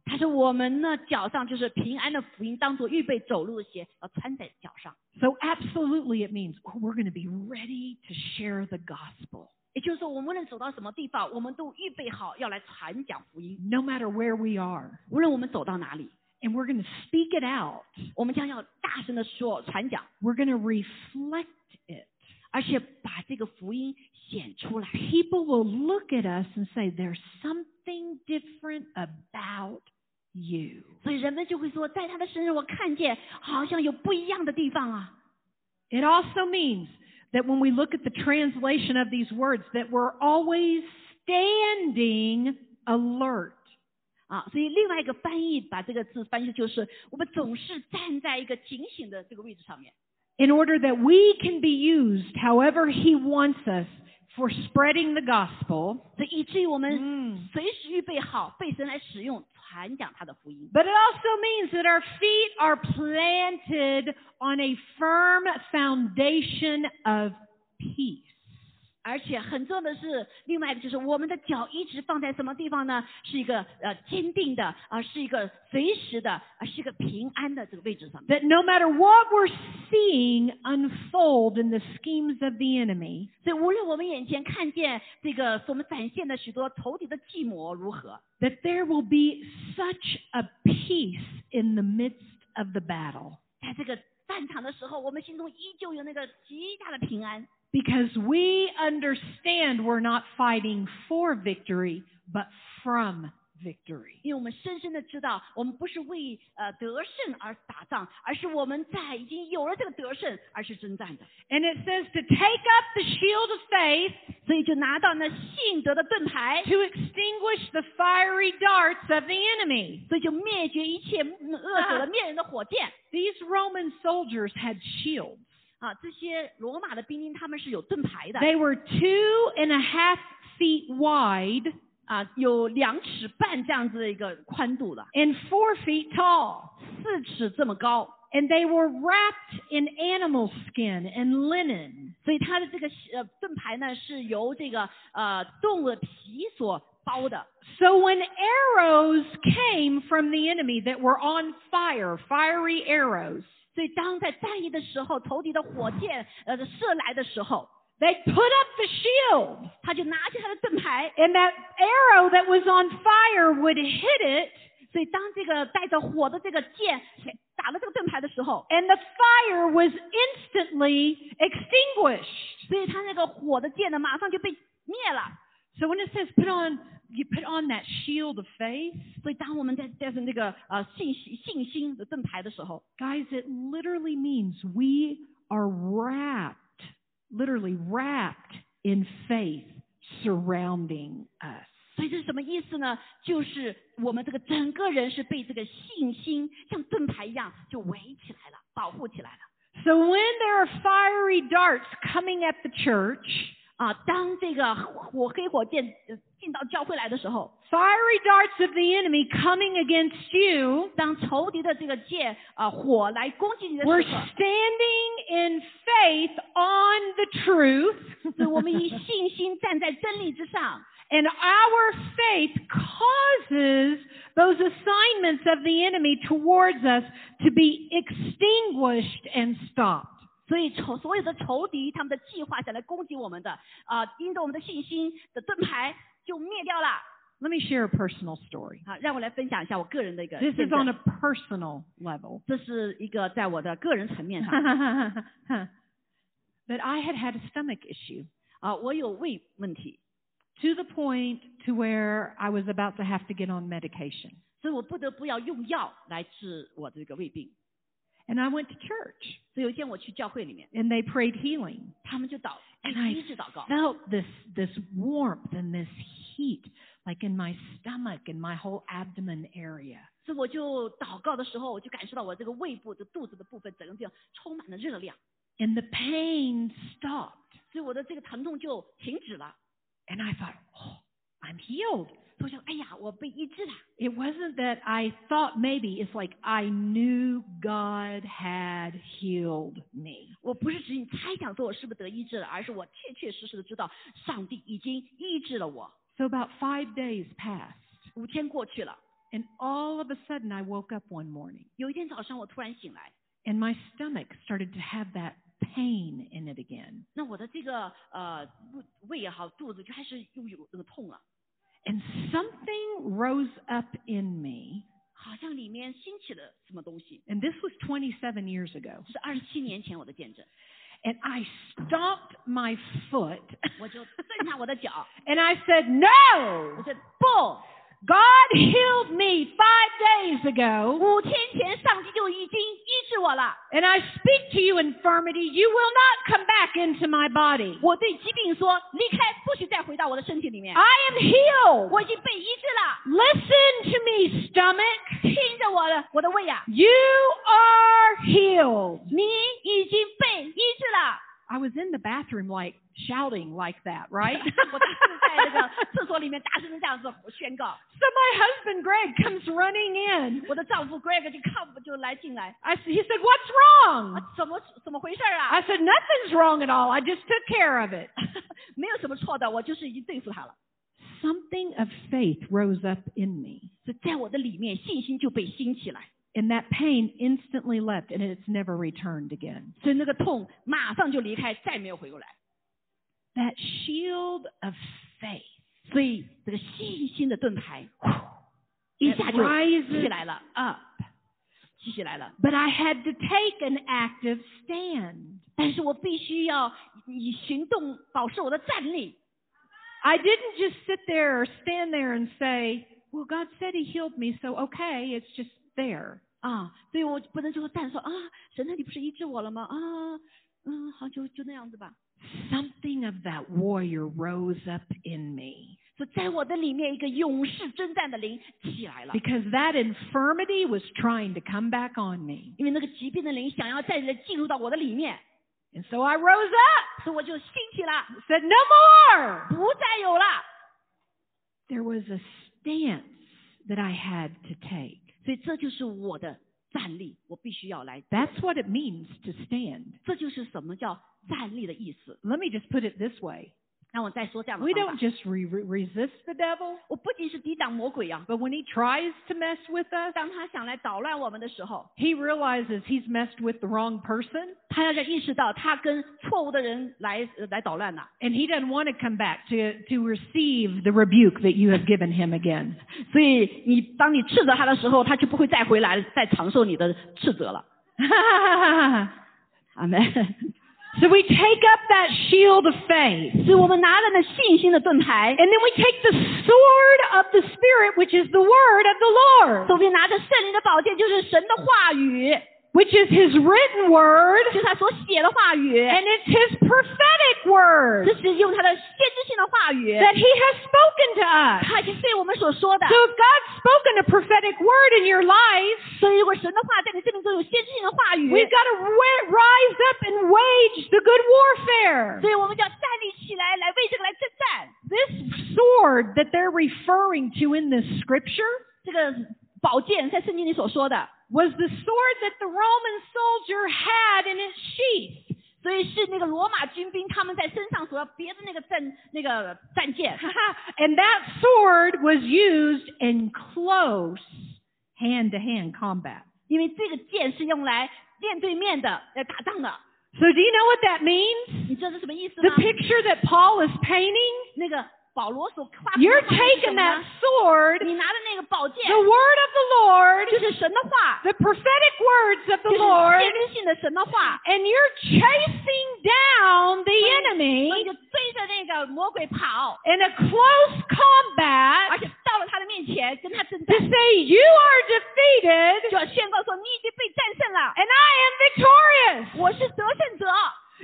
A: 他说我们呢脚上就是平安的福音，当做预备走路的鞋，要穿在脚上。
B: So absolutely it means oh, we're going to be ready to share the gospel.
A: 也就是说，我们无论走到什么地方，我们都预备好要来传讲福音。
B: no matter where we are.
A: 无论我们走到哪里，
B: And we're going to speak it out.
A: 我们将要大声的说传讲，
B: We're going to reflect it.
A: 而且把这个福音显出来。
B: People will look at us and say, there's something different about you.
A: 所以人们就会说，在他的身上我看见好像有不一样的地方啊。
B: It also means that when we look at the translation of these words, that we're always standing alert.
A: 啊，所以另外一个翻译把这个字翻译就是，我们总是站在一个警醒的这个位置上面，
B: In order that we can be used however He wants us for spreading the gospel.
A: 所以以至于我们
B: Mm.
A: 随时预备好被神来使用，传讲他的福音。
B: But it also means that our feet are planted on a firm foundation of peace.
A: 而且很重要的是，另外一个就是我们的脚一直放在什么地方呢？是一个呃坚定的，啊、是一个随时的，啊、是一个平安的这个位置上面。
B: That no matter what we're seeing unfold in the schemes of the enemy,
A: 所以无论我们眼前看见这个我们展现的许多仇敌的计谋如何，
B: that there will be such a peace in the midst of the battle
A: 在这个战场的时候，我们心中依旧有那个极大的平安，
B: because we understand we're not fighting for victory, but from victory.
A: 因为我们深深的知道，我们不是为呃得胜而打仗，而是我们在已经有了这个得胜而是征战的。
B: And it says to take up the shield of faith
A: 所以就拿到那信德的盾牌，
B: to extinguish the fiery darts of the enemy.
A: 所以就灭绝一切嗯恶者的灭人的火箭
B: These Roman soldiers had shields.
A: 啊！这些罗马的兵丁他们是有盾牌的
B: They were two and a half feet wide uh,
A: 啊，有两尺半这样子的一个宽度的，
B: and four feet tall.
A: 四尺这么高。
B: And they were wrapped in animal skin and linen.
A: 所以它的这个呃盾牌呢是由这个呃动物的皮所包的，
B: So when arrows came from the enemy that were on fire, fiery arrows,
A: 所以当在战役的时候，仇敌的火箭呃射来的时候，
B: they put up the shield.
A: 他就拿起他的盾牌，
B: And that arrow that was on fire would hit it
A: 所以当这个带着火的这个箭打了这个盾牌的时候，哎
B: and the fire was instantly extinguished.
A: 所以他那个火的箭呢马上就被灭了。
B: So when it says put on you put on that shield of faith,
A: 所以当我们在带着那个呃信心信心的盾牌的时候，
B: guys, it literally means we are wrapped, literally wrapped in faith surrounding us.
A: 所以这是什么意思呢？就是我们这个整个人是被这个信心像盾牌一样就围起来了，保护起来了。
B: So when there are fiery darts coming at the church,
A: 啊，当这个火黑火箭呃进到教会来的时候，
B: fiery darts of the enemy coming against you,
A: 当仇敌的这个箭啊、火来攻击你的
B: we're
A: 时候，
B: standing in faith on the truth.
A: 所以我们以信心站在真理之上，
B: And our faith causes those assignments of the enemy towards us to be extinguished and stopped.
A: 所以仇所有的仇敌他们的计划想来攻击我们的啊、因着我们的信心的盾牌就灭掉了。
B: Let me share a personal story.
A: 啊，让我来分享一下我个人的一个
B: This
A: 见
B: is on
A: 证，
B: a personal level.
A: 这是一个在我的个人层 面上
B: but I had had a stomach issue
A: 啊，我有胃问题，
B: to the point to where I was about to have to get on medication.
A: 所以我不得不要用药来治我的这个胃病。
B: And I went to church
A: 所以有一天我去教会里面，
B: and they prayed healing.
A: 他们就祷
B: And I
A: 一直祷告
B: I。felt this this warmth and this heat like in my stomach and my whole abdomen area.
A: 所以我就祷告的时候，我就感受到我这个胃部、这肚子的部分，整个地方充满了热量，
B: And the pain stopped.
A: 所以我的这个疼痛就停止了。
B: And I thought, "Oh, I'm healed."
A: 所以我想，哎呀，我被医治了。
B: It wasn't that I thought maybe it's like I knew God had healed me.
A: 我不是指你猜想说我是不是得医治了，而是我确确实实的知道上帝已经医治了我。
B: So about 5 days passed.
A: 五天过去了，
B: And all of a sudden I woke up one morning
A: 有一天早上我突然醒来，
B: and my stomach started to have that pain in it again.
A: 那我的这个呃胃胃也好，肚子就开始又有那个痛了，
B: And something rose up in me
A: 好像里面兴起了什么东西。
B: and this was 27 years ago,
A: 这是二十七年前我的见证，
B: and I stomped my foot
A: 我就蹬下我的脚，
B: and I said,
A: 我
B: No!
A: 说不，
B: God healed me five days ago,
A: 五天前上帝就已经医治我了。
B: and I speak to you, infirmity, you will not come back into my body.
A: 我对疾病说离开，不许再回到我的身体里面。
B: I am healed!
A: 我已经被医治了，
B: Listen to me, stomach.
A: 听着我的我的胃呀、
B: You are healed.
A: 你已经被医治了。
B: I was in the bathroom, like shouting like that, right?
A: 我当时在那个厕所里面大声的这样子宣告，
B: So my husband Greg comes running in.
A: 我的丈夫 Greg 就看不就来进来，
B: I, s- he said, "What's
A: 啊
B: wrong?"
A: 怎么怎么回事儿啊
B: I？said, "Nothing's wrong at all. I just took care of it."
A: 没有什么错的，我就是已经对付他了。
B: Something of faith rose up in me,
A: 所以在我的里面，信心就被兴起来，
B: and that pain instantly left, and it's never returned again.
A: 所以那个痛马上就离开，再没有回过来。
B: That shield of faith
A: 所以这个信心的盾牌一
B: it
A: 下就起
B: rises
A: 来了，啊
B: up.
A: 起起来了。
B: But I had to take an active stand.
A: 但是我必须要以行动保持我的战力。
B: I didn't just sit there or stand there and say, "Well, God said He healed me, so okay, it's just there."
A: 啊，所以我不能就站说啊，神那你不是医治我了吗？啊，嗯，好，就就那样子吧。
B: Something of that warrior rose up in me.
A: 所以在我的里面，一个勇士征战的灵起来了，
B: because that infirmity was trying to come back on me.
A: 因为那个疾病的灵想要再来进入到我的里面，
B: And so I rose up,
A: 所以我就兴起了，
B: said, No more!
A: 不再有了。
B: There was a stance that I had to take.
A: 所以这就是我的战力，我必须要来。
B: That's what it means to stand.
A: 这就是什么叫战力的意思。
B: Let me just put it this way
A: 让我再说这样的
B: we
A: 方
B: don't
A: 法。
B: just re- re- resist the devil,
A: 我不仅是抵挡魔鬼啊，
B: but when he tries to mess with us,
A: 当他想来捣乱我们的时候，
B: he realizes he's messed with the wrong person.
A: 他要意识到他跟错误的人来呃来捣乱了、
B: And he doesn't want to come back to, to receive the rebuke that you have given him again.
A: 所以你当你斥责他的时候，他就不会再回来再承受你的斥责了。
B: so
A: 阿门。
B: So we take up that shield of faith.
A: 使我们拿了那信心的盾牌
B: And，then we take the sword of the Spirit, which is the word of the Lord,
A: 手边拿着圣灵的宝剑，就是神的话语，
B: which is His written word,
A: 就是他所写的话语，
B: and it's His prophetic word
A: 这是用他的先知性的话语，
B: that He has spoken to us.
A: 他对我们所说的
B: So。if God's spoken a prophetic word in your life,
A: 所以，如果神的话在你生命中有先知性的话语，
B: we've got to wa- rise up and wage the good warfare.
A: 所以我们就要站立起来，来为这个来征战。
B: This sword that they're referring to in this scripture
A: 这个宝剑在圣经里所说的，
B: was the sword that the Roman soldier had in its sheath.
A: 所以是那个罗马军兵他们在身上所要别的那个战那个战舰，
B: and that sword was used in close hand to hand combat.
A: 因为这个剑是用来面对面的来打仗的。
B: So, do you know what that means?
A: 你知道这是什么意思
B: The
A: 吗？
B: picture that Paul is painting?
A: 那个保罗所画的
B: You're
A: 那个画是什
B: taking
A: 么
B: that
A: 呢
B: sword,
A: 你拿的那个宝剑
B: the word of the Lord,
A: 就是神的话，
B: the prophetic words of
A: 就
B: the
A: 是
B: Lord,
A: 先知性的神的话，
B: and you're chasing down the enemy
A: 所以就追着那个魔鬼跑，
B: in a close
A: 而
B: combat
A: 且到了他的面前跟他征
B: to
A: 战，
B: say, You are defeated
A: 就要宣告说你已经被战胜了，
B: and I am victorious.
A: 我是得胜者，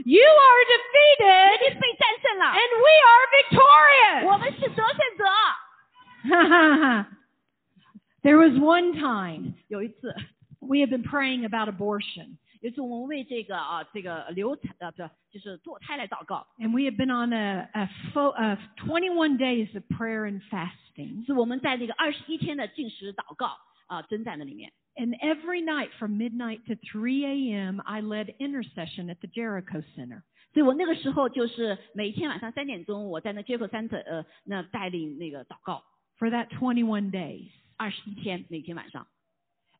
B: You are defeated
A: 你已经被战胜了，
B: and we are victorious.
A: 我们是得胜者。
B: there was one time
A: 有一次，
B: we had been praying about abortion,
A: 有一次我们为这个啊这个流产啊不是就是堕胎来祷告，
B: and we had been on a, a, fo- a 21 days of prayer and fasting.
A: 是我们在那个二十一天的禁食祷告啊征战的里面。
B: And every night from midnight to 3 a.m., I led intercession at the Jericho Center.
A: 所以我那个时候就是每天晚上三点钟，我在那 Jacob Center 呃那带领那个祷告
B: for that 21 days.
A: 二十一天，每天晚上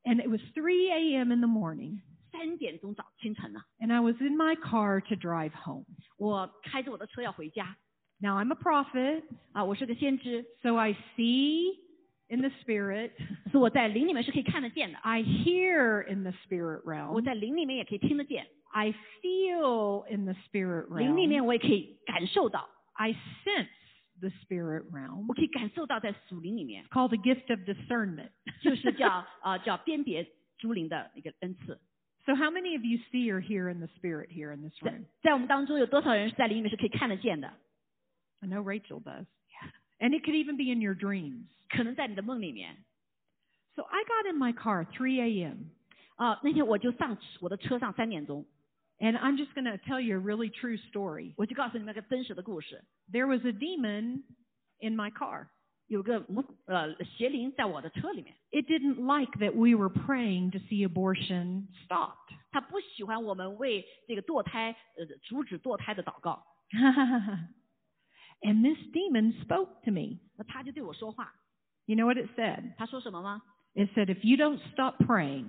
B: And it was 3 a.m. in the morning,
A: 三点钟早清晨呢、
B: and I was in my car to drive home.
A: 我开着我的车要回家
B: Now, I'm a prophet,
A: 啊，我是个先知，
B: so I see in the spirit,
A: 是我在灵里面是可以看得见的，
B: I hear in the spirit
A: 我
B: realm,
A: 在灵里面也可以听得见，
B: I feel in the spirit
A: 灵里
B: realm,
A: 面我也可以感受到，
B: I sense the spirit realm.
A: 我可以感受到在属灵里面
B: It's，called the gift of discernment.
A: 就是叫 呃叫辨别诸灵的一个恩赐。
B: so, how many of you see or hear in the spirit here in this
A: 在
B: room?
A: 在我们当中有多少人是在灵里面是可以看得见的？
B: I know Rachel does. And it could even be in your dreams.
A: 可能在你的梦里面
B: So, I got in my car 3 a.m.
A: 啊、那天我就上我的车上三点钟。
B: And I'm just going to tell you a really true story.
A: 我就告诉你们一个真实的故事，
B: There was a demon in my car.
A: 有个魔呃邪灵在我的车里面，
B: It didn't like that we were praying to see abortion stopped.
A: 他不喜欢我们为这个堕胎呃阻止堕胎的祷告，
B: and this demon spoke to me.
A: 那他就对我说话，
B: You know what it said?
A: 他说什么吗？
B: It said, if you don't stop praying,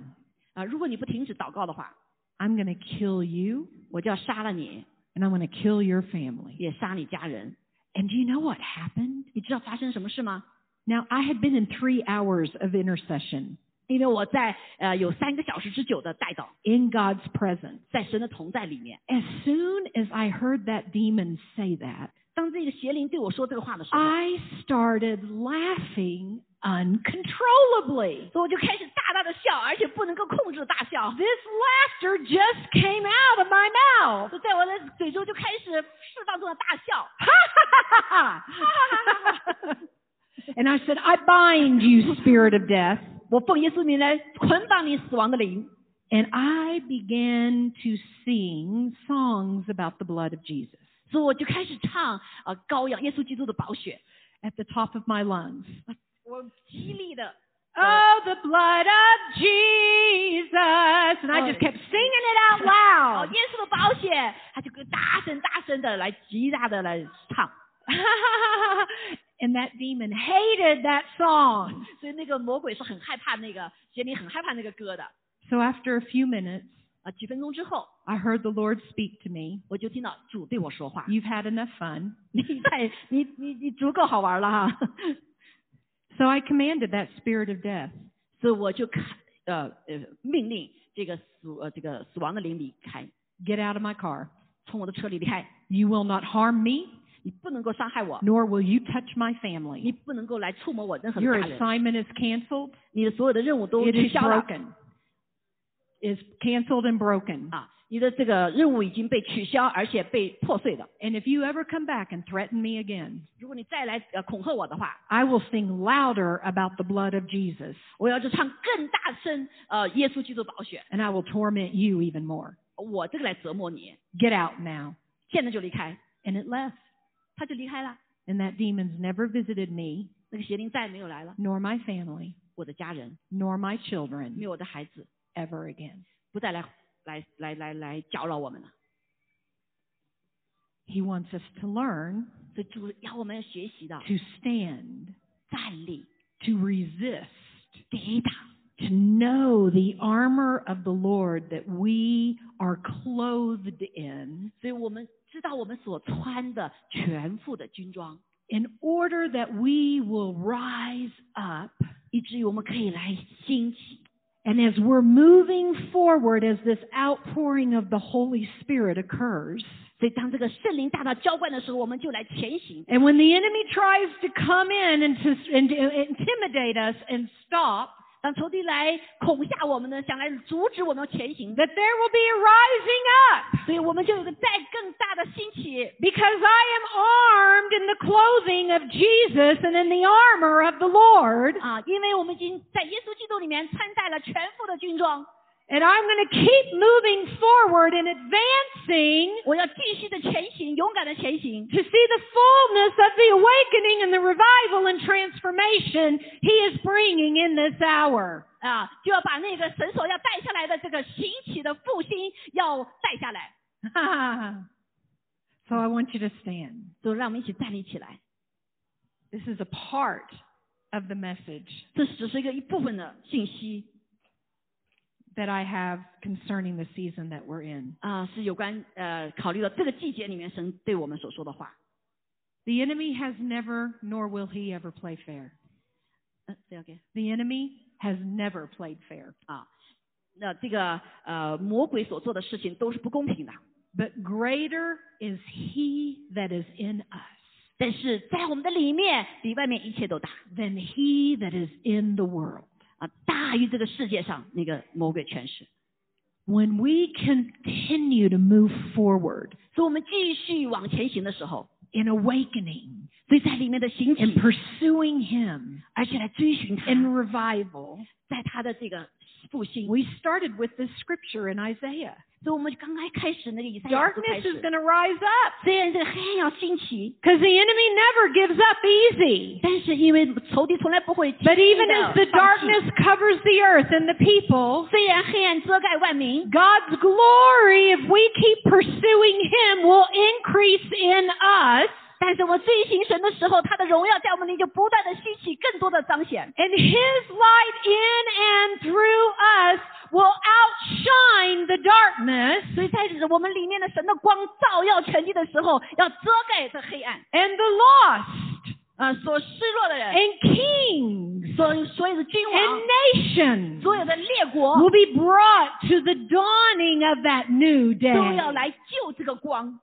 A: 啊、如果你不停止祷告的话，
B: I'm going to kill you
A: 我就要杀了你，
B: and I'm going to kill your family.
A: 也杀你家人。
B: And do you know what happened?
A: 你知道发生什么事吗？
B: Now, I had been in three hours of intercession
A: 因为我在呃有三个小时之久的带祷，
B: in God's presence.
A: 在神的同在里面。
B: As soon as I heard that demon say that,
A: 当这个邪灵对我说这个话的时候，
B: I started laughing uncontrollably.
A: 所以我就开始大大的笑，而且不能够控制的大 笑
B: This，laughter just came out of my mouth.
A: 就在我的嘴中就开始释放出了大笑。
B: and I said, I bind you, spirit of death.
A: 我奉耶稣名来捆绑你死亡的灵。
B: And I began to sing songs about the blood of Jesus
A: 所以我就开始唱呃羔羊耶稣基督的宝血，
B: at the top of my lungs.
A: 我激励的
B: Oh, the blood of Jesus. And I just kept singing it out
A: 哦
B: loud.
A: 耶稣的宝血，他就大声大声的来极大的来唱，
B: and that demon hated that song.
A: 所以那个魔鬼是很害怕那个邪灵很害怕那个歌的
B: So after a few minutes,
A: 啊。几分钟之后，
B: I heard the Lord speak to me.
A: 我就听到主对我说话，
B: You've had enough fun.
A: 你太你你你足够好玩了哈，
B: So I commanded that spirit of death,
A: 所以我就看呃呃命令这个死呃这个死亡的灵离开，
B: get out of my car.
A: 从我的车里离开，
B: You will not harm me,
A: 你不能够伤害我，
B: nor will you touch my
A: 你
B: family.
A: 不能够来触摸我任何的
B: Your
A: 家人，
B: assignment is canceled.
A: 你的所有的任务都
B: It
A: 取
B: is
A: 消了
B: broken. Is canceled and broken.
A: 啊，你的这个任务已经被取消，而且被破碎了。
B: And if you ever come back and threaten me again,
A: 如果你再来呃恐吓我的话，
B: I will sing louder about the blood of Jesus
A: 我要是唱更大声，呃，耶稣基督宝血，
B: and I will torment you even more.
A: 我这个来折磨你，
B: Get out now.
A: 现在就离开，
B: And it left.
A: 他就离开了。
B: And that demon's never visited me,
A: 那个邪灵再也没有来了，
B: nor my family,
A: 我的家人，
B: nor my
A: 没
B: children
A: 有我的孩子，
B: ever again.
A: 不再来来来来来搅扰我们了。
B: He wants us to learn
A: 所以主要我们学习的
B: to stand,
A: 站立、
B: to resist,
A: 抵挡，
B: to know the armor of the Lord that we are clothed in
A: 所以我们知道我们所穿的全副的军装，
B: in order that we will rise up.
A: 以至于我们可以来兴起。
B: And as we're moving forward, as this outpouring of the Holy Spirit occurs,
A: 所以当这个圣灵大大浇灌的时候，我们就来前行。
B: and when the enemy tries to come in and to and, to intimidate us and stop,
A: 当仇敌来恐吓我们呢，想来阻止我们前行，
B: that there will be a rising up
A: 所以我们就有个再更大的兴起。
B: because I am armed in the clothing of Jesus and in the armor of the Lord,
A: 啊，因为我们已经在耶稣基督里面穿戴了全副的军装，
B: and I'm going to keep moving forward and advancing
A: 我要继续的前行，勇敢的前行
B: to，see the fullness of the awakening and the revival and transformation he is bringing in this hour.
A: 啊，就要把那个神所要带下来的这个兴起的复兴要带下来。
B: so I want you to stand.
A: 就让我们一起站立起来，
B: This is a part of the message
A: 这只是一个一部分的信息
B: that I have concerning the season that we're in.
A: 啊，是有关呃考虑到这个季节里面神对我们所说的话。
B: The enemy has never, nor will he ever play fair.
A: 嗯，这样给
B: The enemy has never played fair.
A: 啊，那这个呃魔鬼所做的事情都是不公平的，
B: But greater is he that is in us
A: 但是在我们的里面比外面一切都大
B: than he that is in the world.
A: 啊，大于这个世界上那个魔鬼权势。
B: When we continue to move forward
A: 所以我们继续往前行的时候，
B: in awakening
A: 所以在里面的行起
B: and，pursuing him
A: 而且来追寻他，
B: in revival,
A: 在他的这个复兴。
B: We started with this scripture in Isaiah.
A: 所以我们刚刚开始那个以赛亚书开
B: Darkness is
A: 始，
B: going to rise up
A: 虽然这个黑暗要兴起，
B: because the enemy never gives up easy.
A: 但是因为仇敌从来不会轻易
B: But even
A: 地
B: as the
A: 放弃
B: darkness covers the earth and the people,
A: 虽然黑暗遮盖万民，
B: God's glory, if we keep pursuing Him, will increase in us
A: 但是我们追行神的时候，他的荣耀在我们里就不断的兴起，更多的彰显。
B: and His light in and through us will outshine the darkness
A: 所以在我们里面的神的光照耀全地的时候，要遮盖这黑暗，
B: and the lost
A: 啊，所失落的人，
B: and kings
A: 所所有的君王
B: and，nations.
A: 所有的列国
B: will be brought to the dawning of that new
A: 都
B: day.
A: 要来救这个光。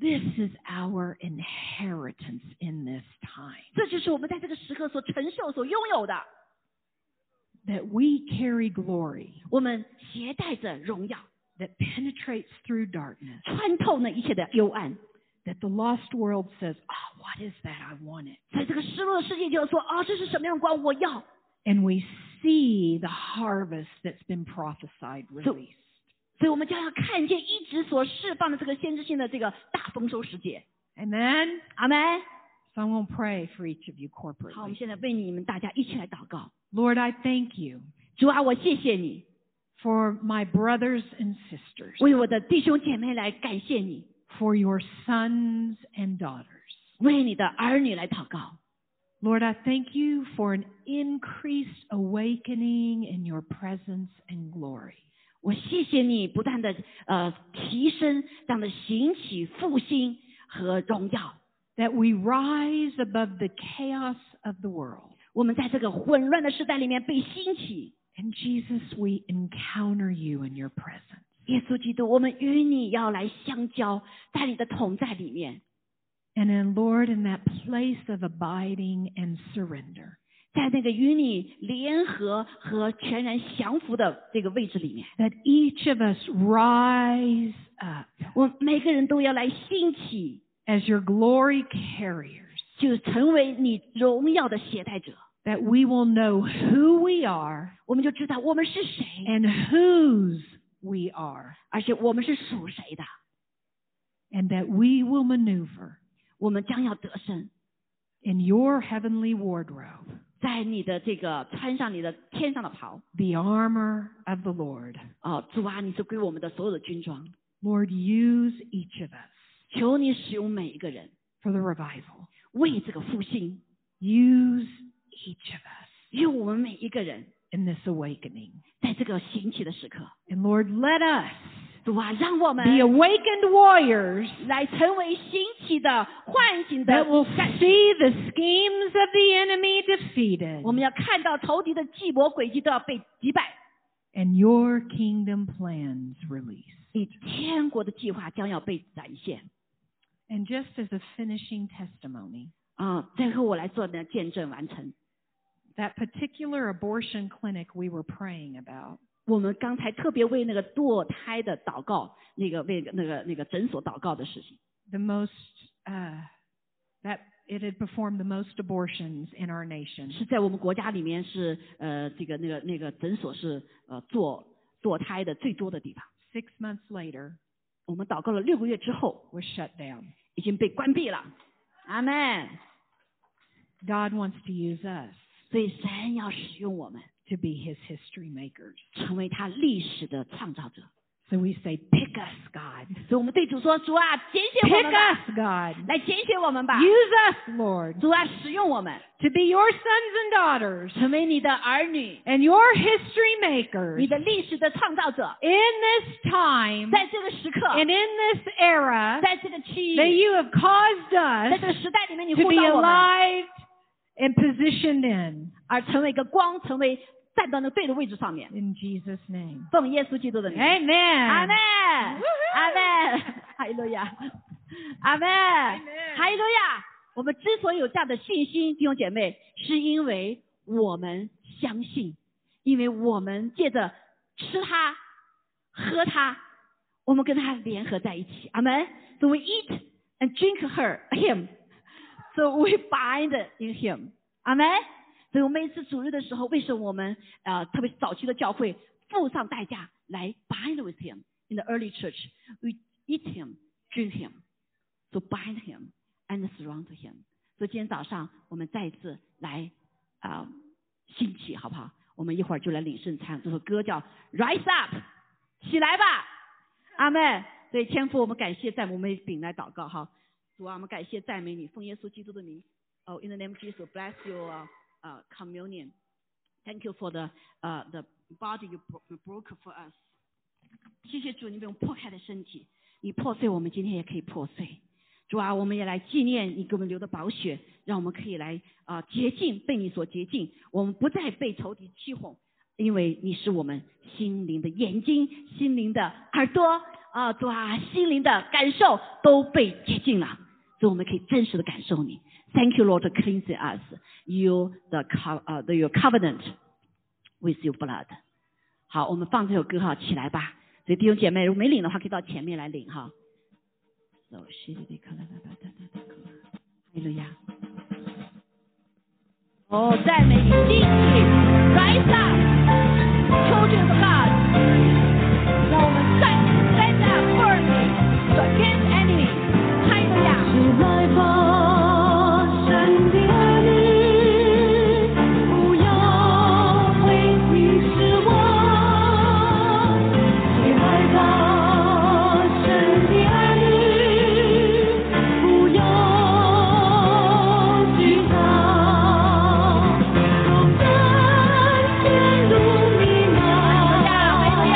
B: This is our inheritance in this time
A: 这就是我们在这个时刻所承受、所拥有的。
B: that we carry glory
A: 我们携带着荣耀，
B: that penetrates through darkness,
A: 穿透那一切的幽暗。
B: that the lost world says, Oh, what is that? I want it.
A: 所以这个失落的世界就说：“啊，这是什么样的光？我要。”
B: And we see the harvest that's been prophesied released.
A: 所以我们将要看见一直所释放的这个先知性的这个大丰收时节。
B: Amen.
A: 阿门。
B: So I'm going to pray for each of you
A: 好，我们
B: corporately.
A: 现在为你们大家一起来祷告。
B: Lord, I thank you
A: 主啊，我谢谢你，
B: for my brothers and sisters.
A: 为我的弟兄姐妹来感谢你，
B: for your sons and daughters.
A: 为你的儿女来祷告。
B: Lord, I thank you for an increased awakening in your presence and glory.
A: 我谢谢你不断的呃提升，让的兴起复兴和荣耀。
B: That we rise above the chaos of the world.
A: 我们在这个混乱的时代里面被兴起，
B: And Jesus, we encounter you in your presence.
A: 耶稣基督，我们与你要来相交，在你的同在里面，
B: And then, Lord, in that place of abiding and surrender,
A: 在那个与你联合和全然降服的这个位置里面，
B: that each of us rise up
A: 我们每个人都要来兴起，
B: as your glory carriers,
A: 就成为你荣耀的携带者。
B: that we will know who we are
A: 我们就知道我们是谁，
B: and whose we are,
A: 而且我们是属谁的，
B: and that we will maneuver
A: 我们将要得胜。
B: in your heavenly wardrobe,
A: 在你的这个穿上你的天上的袍，
B: the armor of the Lord.
A: 啊、主啊，你是归我们的所有的军装，
B: Lord, use each of us
A: 求你使用每一个人，
B: for the revival.
A: 为这个复兴，
B: Use each of us
A: 用我们每一个人，
B: in this awakening.
A: 在这个兴起的时刻，
B: And Lord, let us
A: 主啊，让我们
B: be awakened warriors
A: 来成为兴起的唤醒
B: that
A: 的
B: will
A: 战士。
B: see the schemes of the enemy defeated
A: 我们要看到仇敌的计谋诡计都要被击败，
B: and your kingdom plans released.
A: 你天国的计划将要被展现。
B: And just as a finishing testimony,
A: 啊、最后我来做呢见证完成。
B: that particular abortion clinic we were praying about,
A: 我们刚才特别为那个堕胎的祷告，那个为那个那个诊所祷告的事情，
B: the most, uh, that it had performed the most abortions in our nation.
A: 是在我们国家里面是呃这个那个那个诊所是呃做堕胎的最多的地方。
B: Six months later,
A: 我们祷告了六个月之后，
B: was shut down.
A: 已经被关闭了。阿门。
B: God wants to use us
A: 所以神要使用我们，
B: to be his history makers.
A: 成为他历史的创造者。
B: So we say, pick us, God.
A: 所以我们对主说：“主啊，拣选
B: Pick
A: 我们吧，
B: us, God.
A: 来拣选我们吧，
B: Use us, Lord,
A: 主啊，使用我们，
B: to be your sons and daughters
A: 成为你的儿女，
B: and your history makers
A: 你的历史的创造者。
B: in this time
A: 在这个时刻，
B: and in this era
A: 在这个区
B: that
A: 域，
B: you have caused
A: 在这个
B: us
A: 时代里面，你
B: to
A: 呼
B: be
A: 召我们，
B: alive and positioned in.
A: 而成为一个光，成为站到那对的位置上面。
B: In Jesus' name.
A: 奉耶稣基督的名，
B: Amen.
A: 阿门，
B: Woohoo
A: 阿门， 哈利路亚，阿门，
B: 嗯
A: 哈利路亚。我们之所以有这样的信心，弟兄姐妹，是因为我们相信，因为我们借着吃它、喝它，我们跟它联合在一起。阿门。So we eat and drink her him. So we bind in him. 阿门。所以我们每次主日的时候，为什么我们呃，特别是早期的教会付上代价来 bind with him in the early church? We eat him, drink him, so bind him and surround him. 所以今天早上我们再一次来啊、呃兴起，好不好？我们一会儿就来领圣餐。这首歌叫《Rise Up》，起来吧，阿门。所以天父，我们感谢赞美我们饼来祷告哈，主啊，我们感谢赞美你，奉耶稣基督的名。Oh, in the name of Jesus, bless your uh, uh, communion. Thank you for the uh, the body you bro- you broke for us. 谢谢主，你为我们破开的身体，你破碎，我们今天也可以破碎。主啊，我们也来纪念你给我们流的宝血，让我们可以来啊、呃洁净，被你所洁净，我们不再被仇敌欺哄，因为你是我们心灵的眼睛、心灵的耳朵啊、主啊，心灵的感受都被洁净了，所以我们可以真实的感受你。Thank you, Lord, cleansing us. You the co 呃、the your covenant with your blood. 好，我们放这首歌哈，起来吧。所以弟兄姐妹，如果没领的话，可以到前面来领哈。走，谢谢你，看来来来来来来，哈利路亚。哦，赞美你，敬意，rise up, children of God，让我们站站在 firmly against enemy，哈利路亚。
C: 起来吧，神的儿女，不要为你失望。起来吧，神的儿女，不要惧怕。纵然陷入泥
A: 哈利路
C: 淖，
A: 亚，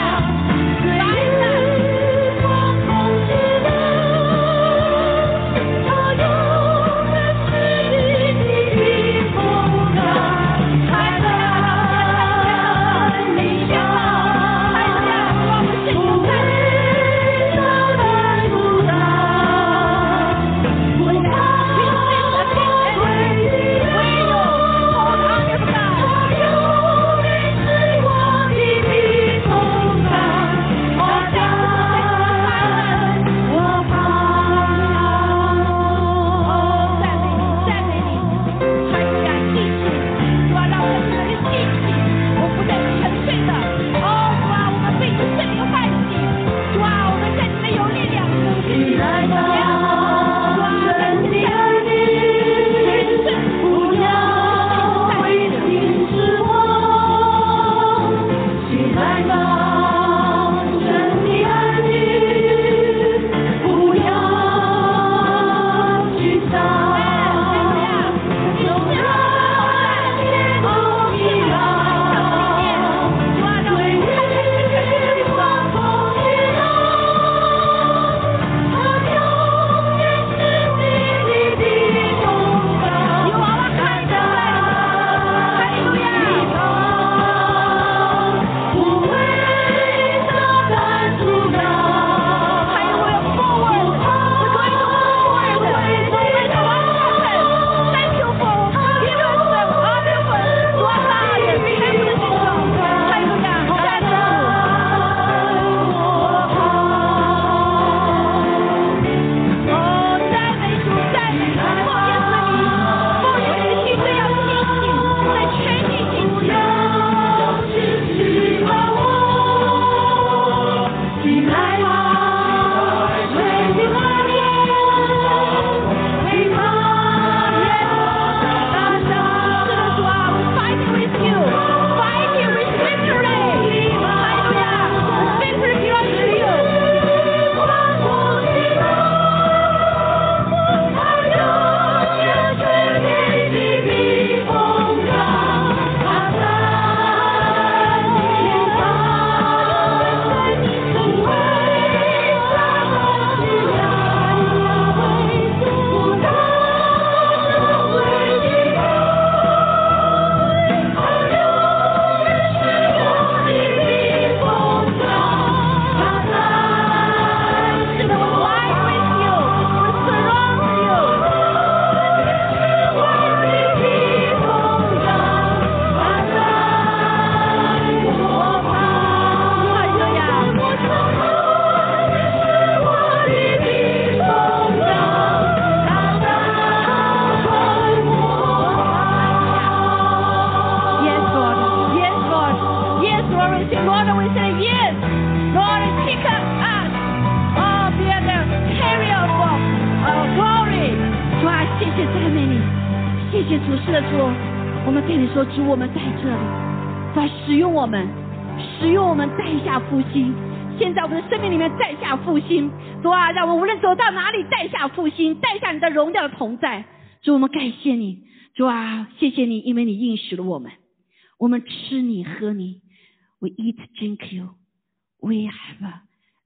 A: 啊谢主，是的主，我们对你说，主，我们在这里，来使用我们，使用我们带下复兴。现在我们的生命里面带下复兴，主啊，让我们无论走到哪里带下复兴，带下你的荣耀的同在。主，我们感谢你，主啊，谢谢你，因为你应许了我们，我们吃你喝你，We eat drink you，We have a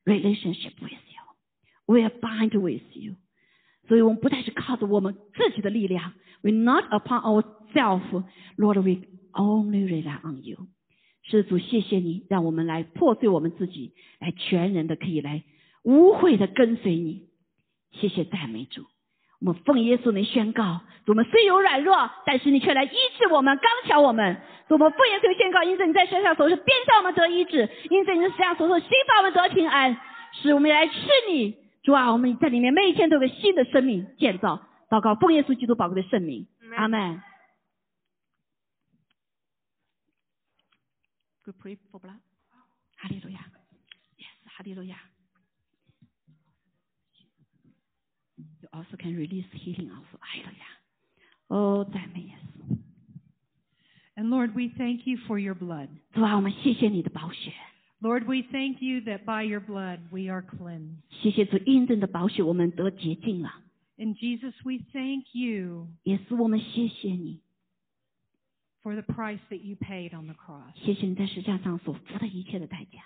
A: relationship with you，We are bind with you。所以我们不再是靠着我们自己的力量，we not upon ourselves, Lord, we only rely on you。是主，谢谢你，让我们来破碎我们自己，来全然的可以来无悔的跟随你。谢谢赞美主，我们奉耶稣名宣告：主我们虽有软弱，但是你却来医治我们、刚强我们。主我们奉耶稣宣告，因此你在身上所受鞭伤，我们得医治；因此你在身上所受刑罚，我们得平安。使我们来吃你，主啊，我们在里面每一天都有个新的生命建造。祷告，奉耶稣基督宝贵的圣名，阿门。Good pray for blood. Hallelujah. Yes, hallelujah. You also can release healing also. Hallelujah. Oh, 赞美耶稣。
B: And Lord, we thank you for your blood.
A: 主啊，我们谢谢你的宝血，
B: Lord, we thank you that by your blood we are cleansed.
A: 谢谢主印证的宝血，我们得洁净了。
B: And Jesus, we thank you
A: 耶稣，我们谢谢你，
B: for the price that you paid on the cross.
A: 谢谢你在十字架上所付的一切的代价，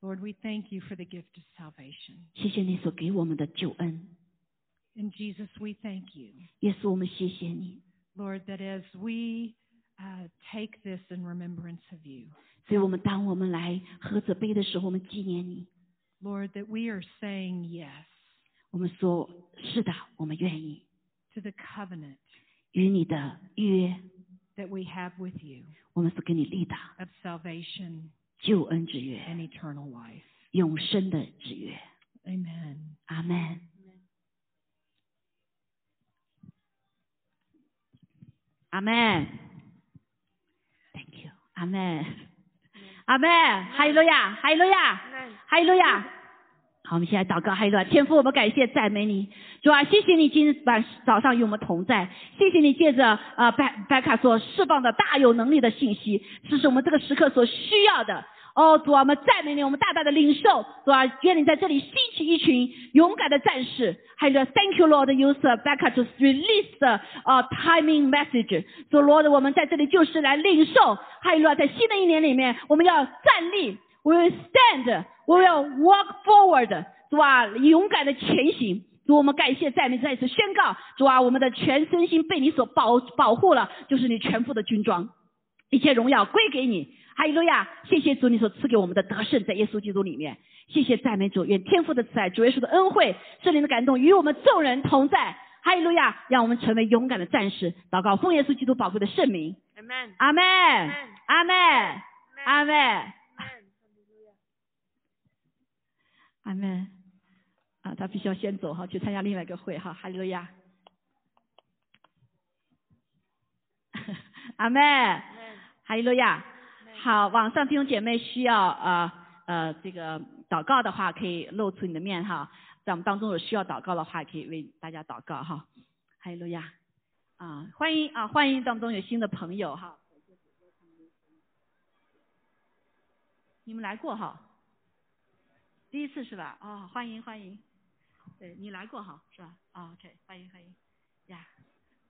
B: Lord, we thank you for the gift of salvation.
A: 谢谢你所给我们的救恩。
B: And Jesus, we thank you,
A: 耶稣，我们谢谢你。
B: Lord, that as we uh, take this in remembrance of you,
A: 所以，我们当我们来喝这杯的时候，我们纪念你。
B: Lord, that we are saying yes
A: 我们说，是的，我们愿意
B: to the covenant
A: 与你的约，
B: that we have with you
A: 我们所给你立的
B: of salvation
A: 救恩之
B: and
A: 约、
B: eternal life.
A: 永生的之约。
B: Amen.
A: 阿门。阿门。Thank you。阿门。阿门。哈利路亚，哈利路亚，哈利路亚。好，我们现在祷告，哈利路亚，天父，我们感谢赞美你，主啊，谢谢你今日晚早上与我们同在，谢谢你借着呃白白卡所释放的大有能力的信息，这是我们这个时刻所需要的。哦，主啊，我们赞美你，我们大大的领受，主啊，愿你在这里兴起一群勇敢的战士。还有，Thank you, Lord, use Becca to release the 呃、timing message。所以，Lord，我们在这里就是来领受。还有，在新的一年里面，我们要站立，We will stand, we will walk forward，主啊，勇敢的前行。主，我们感谢赞美，再一次宣告，主啊，我们的全身心被你所保保护了，就是你全副的军装。一切荣耀归给你。哈利路亚！谢谢主，你所赐给我们的得胜，在耶稣基督里面。谢谢赞美主，愿天父的慈爱、主耶稣的恩惠、圣灵的感动与我们众人同在。哈利路亚！让我们成为勇敢的战士。祷告，奉耶稣基督宝贵的圣名。
D: Amen.
A: 阿门，阿门，阿
D: Amen.
A: 门，
D: Amen.
A: 阿门。啊，他必须要先走哈，去参加另外一个会哈。哈利路亚。 阿门。
D: Amen.
A: 哈利路亚。好，网上弟兄姐妹需要呃呃这个祷告的话，可以露出你的面哈。在我们当中有需要祷告的话，可以为大家祷告哈。哈利路亚。啊，欢迎啊，欢迎当中有新的朋友哈。你们来过哈？第一次是吧？哦，欢迎欢迎。对你来过哈，是吧？哦，OK，欢迎欢迎。呀、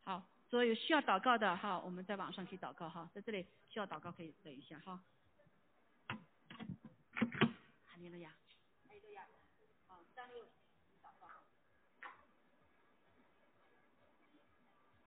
A: 好，所有需要祷告的哈，我们在网上可以祷告哈，在这里需要祷告可以等一下哈。哈利路亚，哈利路亚，好，三六